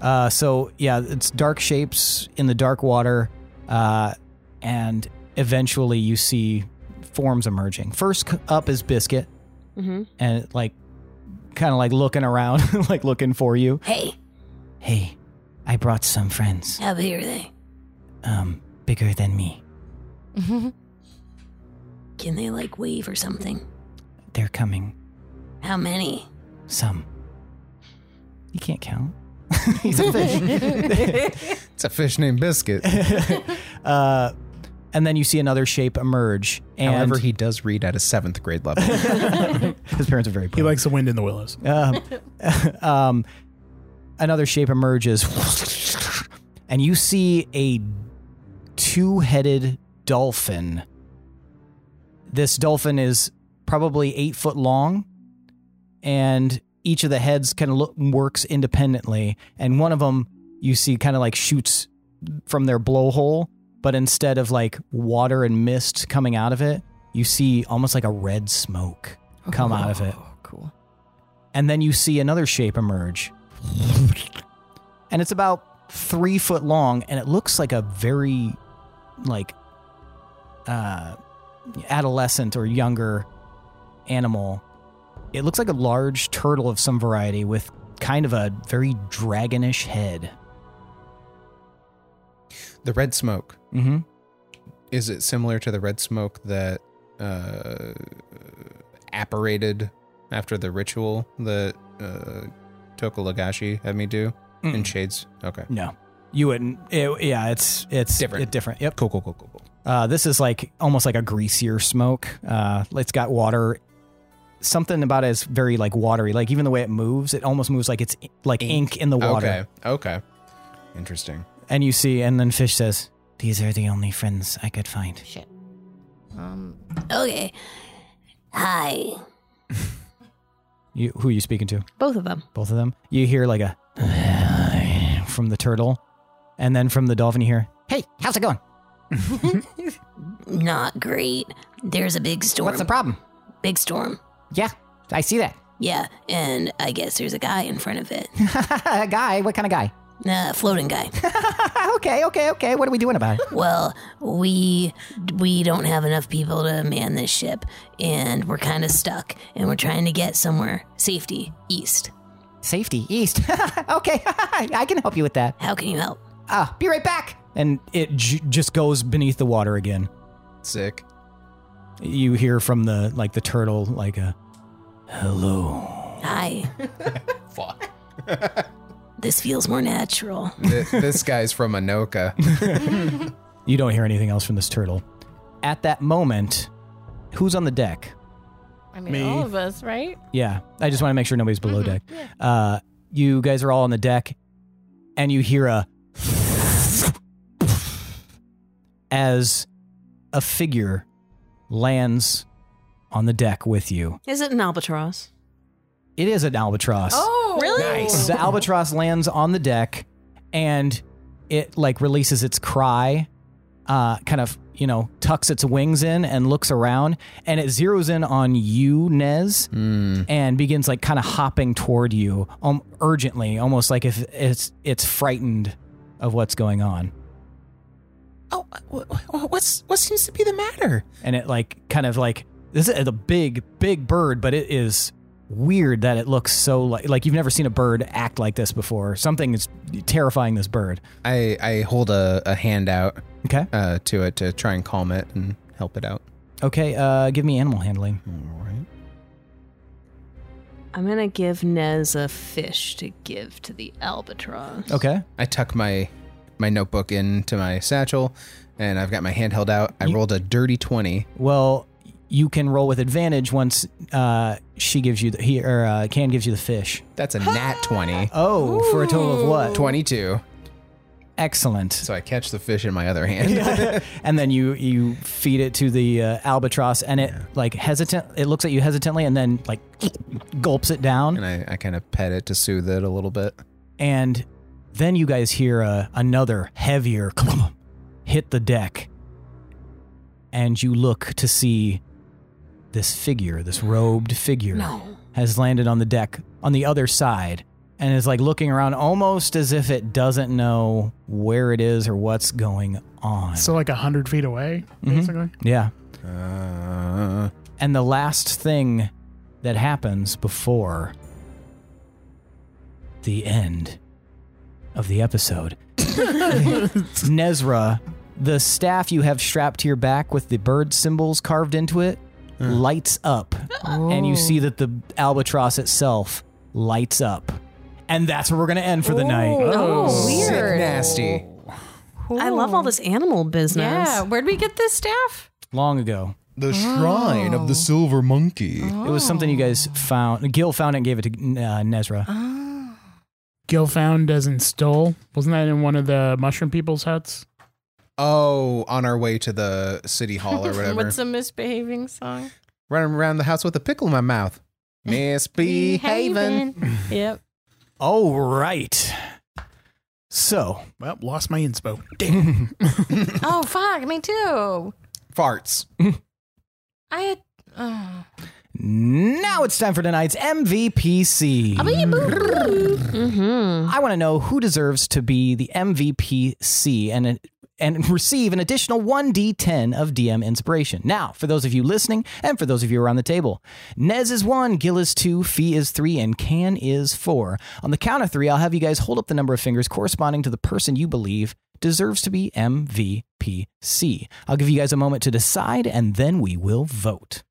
S2: Uh, so yeah, it's dark shapes in the dark water, uh, and eventually you see forms emerging. First c- up is Biscuit,
S8: Mm-hmm.
S2: and like kind of like looking around, like looking for you.
S7: Hey,
S2: Hey, I brought some friends,
S7: how big are they?
S2: um, bigger than me.
S7: Can they like wave or something?
S2: They're coming.
S7: How many?
S2: Some. He can't count. He's a fish.
S6: It's a fish named Biscuit.
S2: uh, and then you see another shape emerge. And
S6: However, he does read at a seventh grade level.
S2: his parents are very
S4: He
S2: proud.
S4: likes the wind in the willows.
S2: um, um, another shape emerges, and you see a two-headed dolphin. This dolphin is probably eight foot long, and each of the heads kind of look, works independently. And one of them you see kind of like shoots from their blowhole, but instead of like water and mist coming out of it, you see almost like a red smoke come out of it
S1: Oh, cool.
S2: and then you see another shape emerge. And it's about three foot long, and it looks like a very, like, uh, adolescent or younger animal. It looks like a large turtle of some variety with kind of a very dragonish head.
S6: the red smoke.
S2: Mm-hmm.
S6: Is it similar to the red smoke that uh, apparated after the ritual that uh, Tokulagashi had me do
S2: Mm.
S6: in Shades? Okay.
S2: No, you wouldn't. It, yeah, it's it's
S6: Different.
S2: it- different. Yep.
S6: Cool, cool, cool, cool, cool.
S2: Uh, this is like almost like a greasier smoke. Uh, it's got water. Something about it is very like watery. Like even the way it moves, it almost moves like it's i- like ink, in the water.
S6: Okay. Okay. Interesting.
S2: And you see, and then Fish says, "These are the only friends I could find."
S1: Um,
S7: Okay. Hi.
S2: You, who you speaking to?
S8: Both of them.
S2: Both of them. You hear like a from the turtle, and then from the dolphin you hear, "Hey, how's it going?
S7: Not great. There's a big storm.
S2: What's the problem?"
S7: Big storm.
S2: Yeah, I see that.
S7: Yeah, and I guess there's a guy in front of it.
S2: guy, what kind of guy?
S7: Uh, floating guy.
S2: okay, okay, okay. What are we doing about it?
S7: well, we we don't have enough people to man this ship, and we're kind of stuck, and we're trying to get somewhere safety east.
S2: Safety east. okay, I can help you with that.
S7: How can you help?
S2: Ah, be right back. And it j- just goes beneath the water again.
S6: Sick.
S2: You hear from the like the turtle like a hello.
S7: Hi.
S6: Fuck.
S7: This feels more natural.
S6: Th- this guy's from Anoka.
S2: You don't hear anything else from this turtle. At that moment, who's on the deck?
S1: I mean, all of us, right?
S2: Yeah, I just want to make sure nobody's below
S1: Mm-hmm,
S2: deck. Uh, you guys are all on the deck, and you hear a as a figure lands on the deck with you.
S8: Is it an albatross?
S2: It is an albatross.
S1: Oh, really?
S2: Nice. The albatross lands on the deck and it like releases its cry, uh, kind of, you know, tucks its wings in and looks around and it zeroes in on you, Nez,
S6: Mm-hmm.
S2: and begins like kind of hopping toward you um, urgently, almost like if it's it's frightened of what's going on.
S3: Oh, wh- wh- what's what seems to be the matter?
S2: And it like kind of like this is a big, big bird, but it is weird that it looks so like like you've never seen a bird act like this before. Something is terrifying this bird.
S6: I, I hold a, a hand out
S2: Okay.
S6: uh, to it to try and calm it and help it out.
S2: Okay, uh, give me animal handling.
S6: All right.
S8: I'm gonna give Nez a fish to give to the albatross.
S2: Okay.
S6: I tuck my my notebook into my satchel, and I've got my hand held out. I
S2: You-
S6: rolled a dirty twenty.
S2: Well, you can roll with advantage once uh, she gives you the he or uh, can gives you the fish.
S6: That's a nat twenty.
S2: Oh, for a total of what?
S6: Twenty-two.
S2: Excellent.
S6: So I catch the fish in my other hand.
S2: and then you you feed it to the uh, albatross, and it like hesitant. It looks at you hesitantly, and then like gulps it down.
S6: and I, I kind of pet it to soothe it a little bit.
S2: and then you guys hear uh, another heavier clump hit the deck and you look to see this figure this robed figure has landed on the deck on the other side and is like looking around almost as if it doesn't know where it is or what's going on
S4: So like a hundred feet away,
S2: Mhm.
S4: basically.
S2: yeah
S6: Uh,
S2: And the last thing that happens before the end of the episode Nezra, the staff you have strapped to your back with the bird symbols carved into it,
S6: Hmm.
S2: lights up. And you see that the albatross itself lights up. and that's where we're gonna end for the night.
S8: Oh,
S6: Sick
S8: weird.
S6: nasty.
S8: I love all this animal business.
S1: Yeah, where'd we get this staff?
S2: Long ago,
S6: The shrine
S8: Oh.
S6: of the silver monkey.
S2: it was something you guys found. Gil found it and gave it to uh, Nezra.
S4: Gil found as in stole. Wasn't that in one of the mushroom people's huts?
S6: Oh, on our way to the city hall or whatever.
S1: What's a misbehaving song?
S6: Running around the house with a pickle in my mouth. Misbehaving.
S1: yep.
S2: All right. So
S4: Well, lost my inspo.
S1: Oh fuck, me too.
S6: Farts.
S1: I had. Oh.
S2: now it's time for tonight's MVPC.
S8: Mm-hmm.
S2: I want to know who deserves to be the MVPC and and receive an additional 1d10 of DM inspiration. Now, for those of you listening and for those of you around the table, Nez is 1, Gil is 2, Fee is 3, and Can is 4. On the count of 3, I'll have you guys hold up the number of fingers corresponding to the person you believe deserves to be MVPC. I'll give you guys a moment to decide and then we will vote.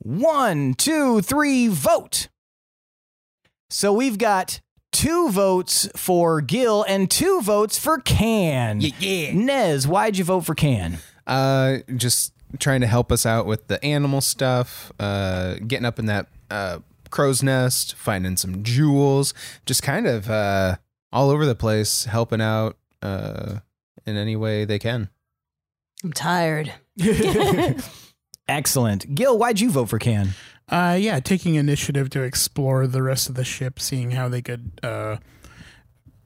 S2: One, two, three, vote. So we've got two votes for Gil and two votes for Can.
S6: yeah.
S2: Nez, why'd you vote for Can?
S6: Uh, just trying to help us out with the animal stuff, uh, getting up in that uh, crow's nest, finding some jewels, just kind of uh, all over the place, helping out uh, in any way they can.
S7: I'm tired.
S2: Excellent. Gil, why'd you vote for Can?
S4: Uh, yeah, taking initiative to explore the rest of the ship, seeing how they could uh,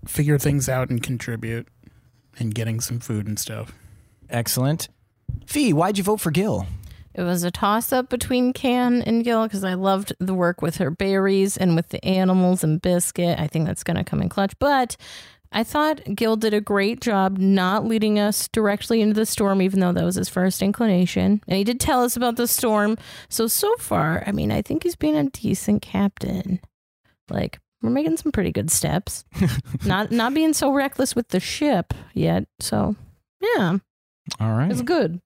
S4: figure things out and contribute, and getting some food and stuff.
S2: Excellent. Fee, why'd you vote for Gil?
S1: It was a toss up between Can and Gil because I loved the work with her berries and with the animals and biscuit. I think that's going to come in clutch. But I thought Gil did a great job not leading us directly into the storm, even though that was his first inclination. And he did tell us about the storm. So, so far, I mean, I think he's being a decent captain. Like, we're making some pretty good steps. not not being so reckless with the ship yet. So, yeah,
S2: All
S1: it's
S2: right.
S1: good.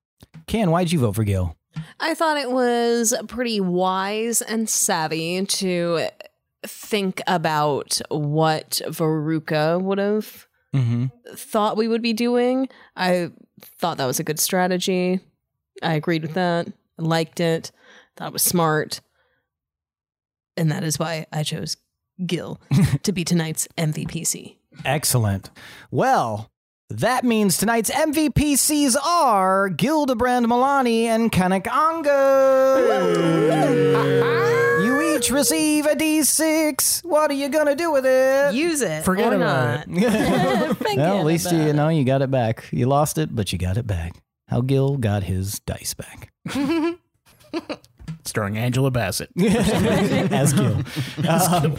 S2: Can, why'd you vote for Gil?
S8: I thought it was pretty wise and savvy to think about what Veruca would have
S2: Mm-hmm.
S8: thought we would be doing. I thought that was a good strategy. I agreed with that. I liked it. Thought it was smart. And that is why I chose Gil to be tonight's MVPC.
S2: Excellent. Well, that means tonight's MVPCs are Gildebrand Milani and Kanak Anga. you each receive a D6. What are you going to do with it?
S8: Use it.
S4: Forget
S8: or
S4: about
S8: not.
S2: well, at least you know you got it back. You lost it, but you got it back. How Gil got his dice back. Mm-hmm.
S4: Starring Angela Bassett.
S2: As Gil. Um,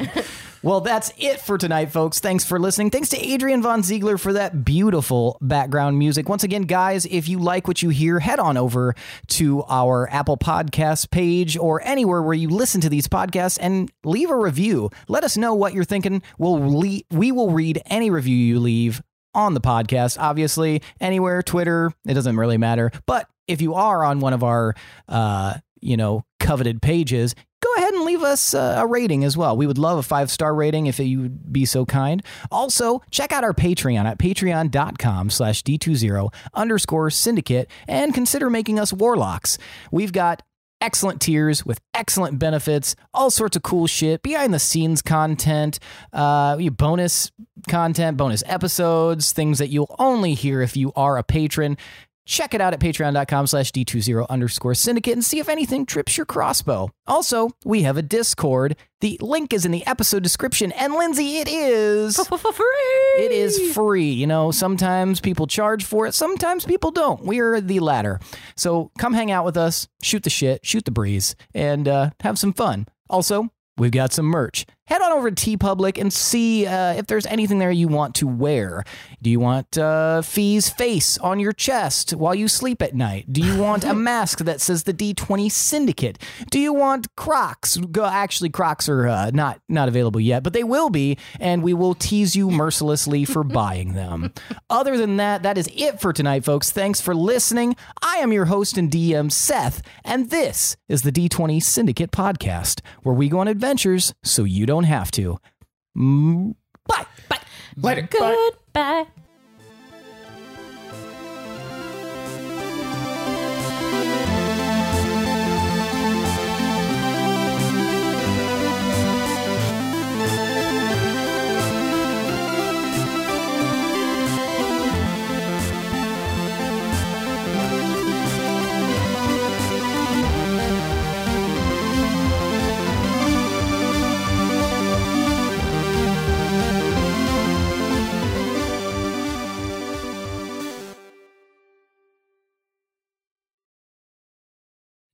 S2: well, that's it for tonight, folks. Thanks for listening. Thanks to Adrian Von Ziegler for that beautiful background music. Once again, guys, if you like what you hear, head on over to our Apple Podcast page or anywhere where you listen to these podcasts and leave a review. Let us know what you're thinking. We'll le- we will read any review you leave on the podcast, obviously, anywhere, Twitter, it doesn't really matter. But if you are on one of our, uh, you know, coveted pages, go ahead and leave us uh, a rating as well. We would love a five star rating if you would be so kind. Also, check out our Patreon at patreon.com slash D20 underscore syndicate and consider making us warlocks. We've got excellent tiers with excellent benefits, all sorts of cool shit, behind the scenes content, uh, you bonus content, bonus episodes, things that you'll only hear if you are a patron. Check it out at patreon.com slash d20 underscore syndicate and see if anything trips your crossbow. Also, we have a Discord. The link is in the episode description. And Lindsay, it is. It is free. You know, sometimes people charge for it, sometimes people don't. We are the latter. So come hang out with us, shoot the shit, shoot the breeze, and uh, have some fun. Also, we've got some merch. head on over to T Public and see uh, if there's anything there you want to wear. Do you want uh, Fee's face on your chest while you sleep at night? Do you want a mask that says the D20 Syndicate? Do you want Crocs? Go, actually, Crocs are uh, not not available yet, but they will be, and we will tease you mercilessly for buying them. Other than that, that is it for tonight, folks. Thanks for listening. I am your host and DM, Seth, and this is the D20 Syndicate podcast, where we go on adventures so you don't have to. Mm, Bye. Bye.
S4: Later.
S1: Goodbye.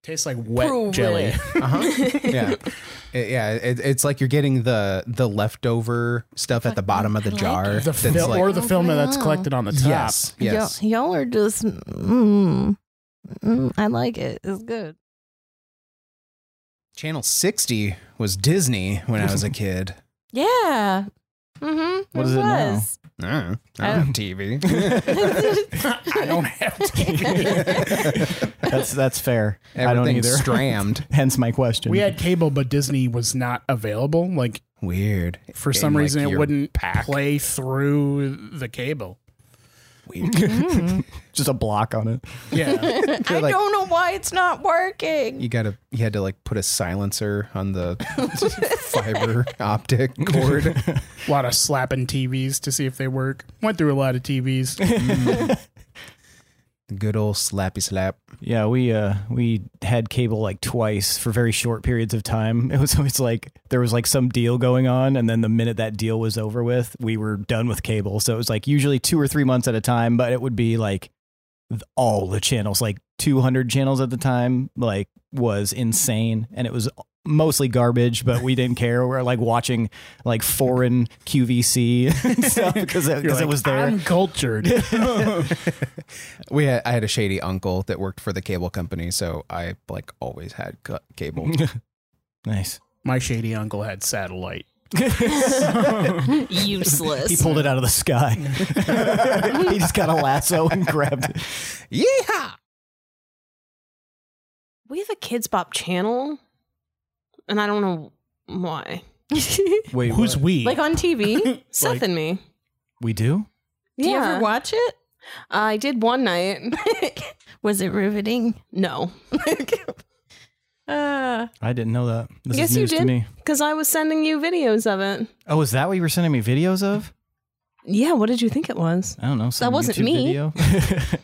S4: Tastes like wet
S5: Prove
S4: jelly.
S5: it.
S6: Uh-huh. yeah, It- yeah. It, it's like you're getting the the leftover stuff at the bottom of the jar.
S4: The
S6: that's
S4: fil-
S6: like-
S4: or the film that's
S1: wow.
S4: collected on the top.
S6: yes, yes.
S1: Oh, Y'all, y'all are just. Mm, mm, I like it. It's good.
S6: Channel 60 was Disney when I was a kid.
S1: Yeah. Mm-hmm.
S2: What is it now?
S1: was.
S6: I don't know. I don't
S1: Oh.
S6: have TV.
S4: I don't have
S2: That's that's fair. I don't
S6: Everything's
S2: either.
S6: strammed.
S2: Hence my question.
S4: We had cable, but Disney was not available. Like
S6: Weird.
S4: for
S6: In,
S4: some
S6: like,
S4: reason, it
S6: your
S4: wouldn't
S6: pack.
S4: play through the cable.
S6: Weird.
S2: just a block on it.
S4: Yeah,
S1: I
S6: like-
S1: don't know why it's not working.
S6: You gotta. You had to like put a silencer on the fiber optic cord.
S4: a lot of slapping TVs to see if they work. Went through a lot of TVs.
S6: Good old slappy slap.
S2: Yeah, we uh we had cable like twice for very short periods of time. It was always like there was like some deal going on and then the minute that deal was over with, we were done with cable. So it was like usually 2 or 3 months at a time, but it would be like th- all the channels, like 200 channels at the time, like was insane and it was mostly garbage, but we didn't care. We were like watching like foreign QVC and stuff because it,
S4: You're
S2: because it
S4: like,
S2: was there.
S4: I'm cultured.
S6: We had, I had a shady uncle that worked for the cable company, so I like always had cu- cable.
S2: nice.
S4: My shady uncle had satellite.
S2: He
S8: Useless.
S2: pulled it out of the sky. he just got a lasso and grabbed it.
S6: Yeehaw!
S8: we have a Kids Bop channel, and I don't know why.
S2: Wait,
S4: Who's we?
S1: like on TV.
S8: Seth and me.
S2: we do?
S1: Do you ever watch it?
S8: I did one night.
S1: Was it riveting?
S8: no,
S1: Uh,
S2: I didn't know that. This
S8: Yes,
S2: is
S8: you
S2: news to
S8: did.
S2: me.
S8: because I was sending you videos of it.
S2: Oh, is that what you were sending me videos of?
S8: Yeah, what did you think it was?
S2: I don't know. Some
S8: That wasn't
S2: YouTube
S8: me.
S2: Video?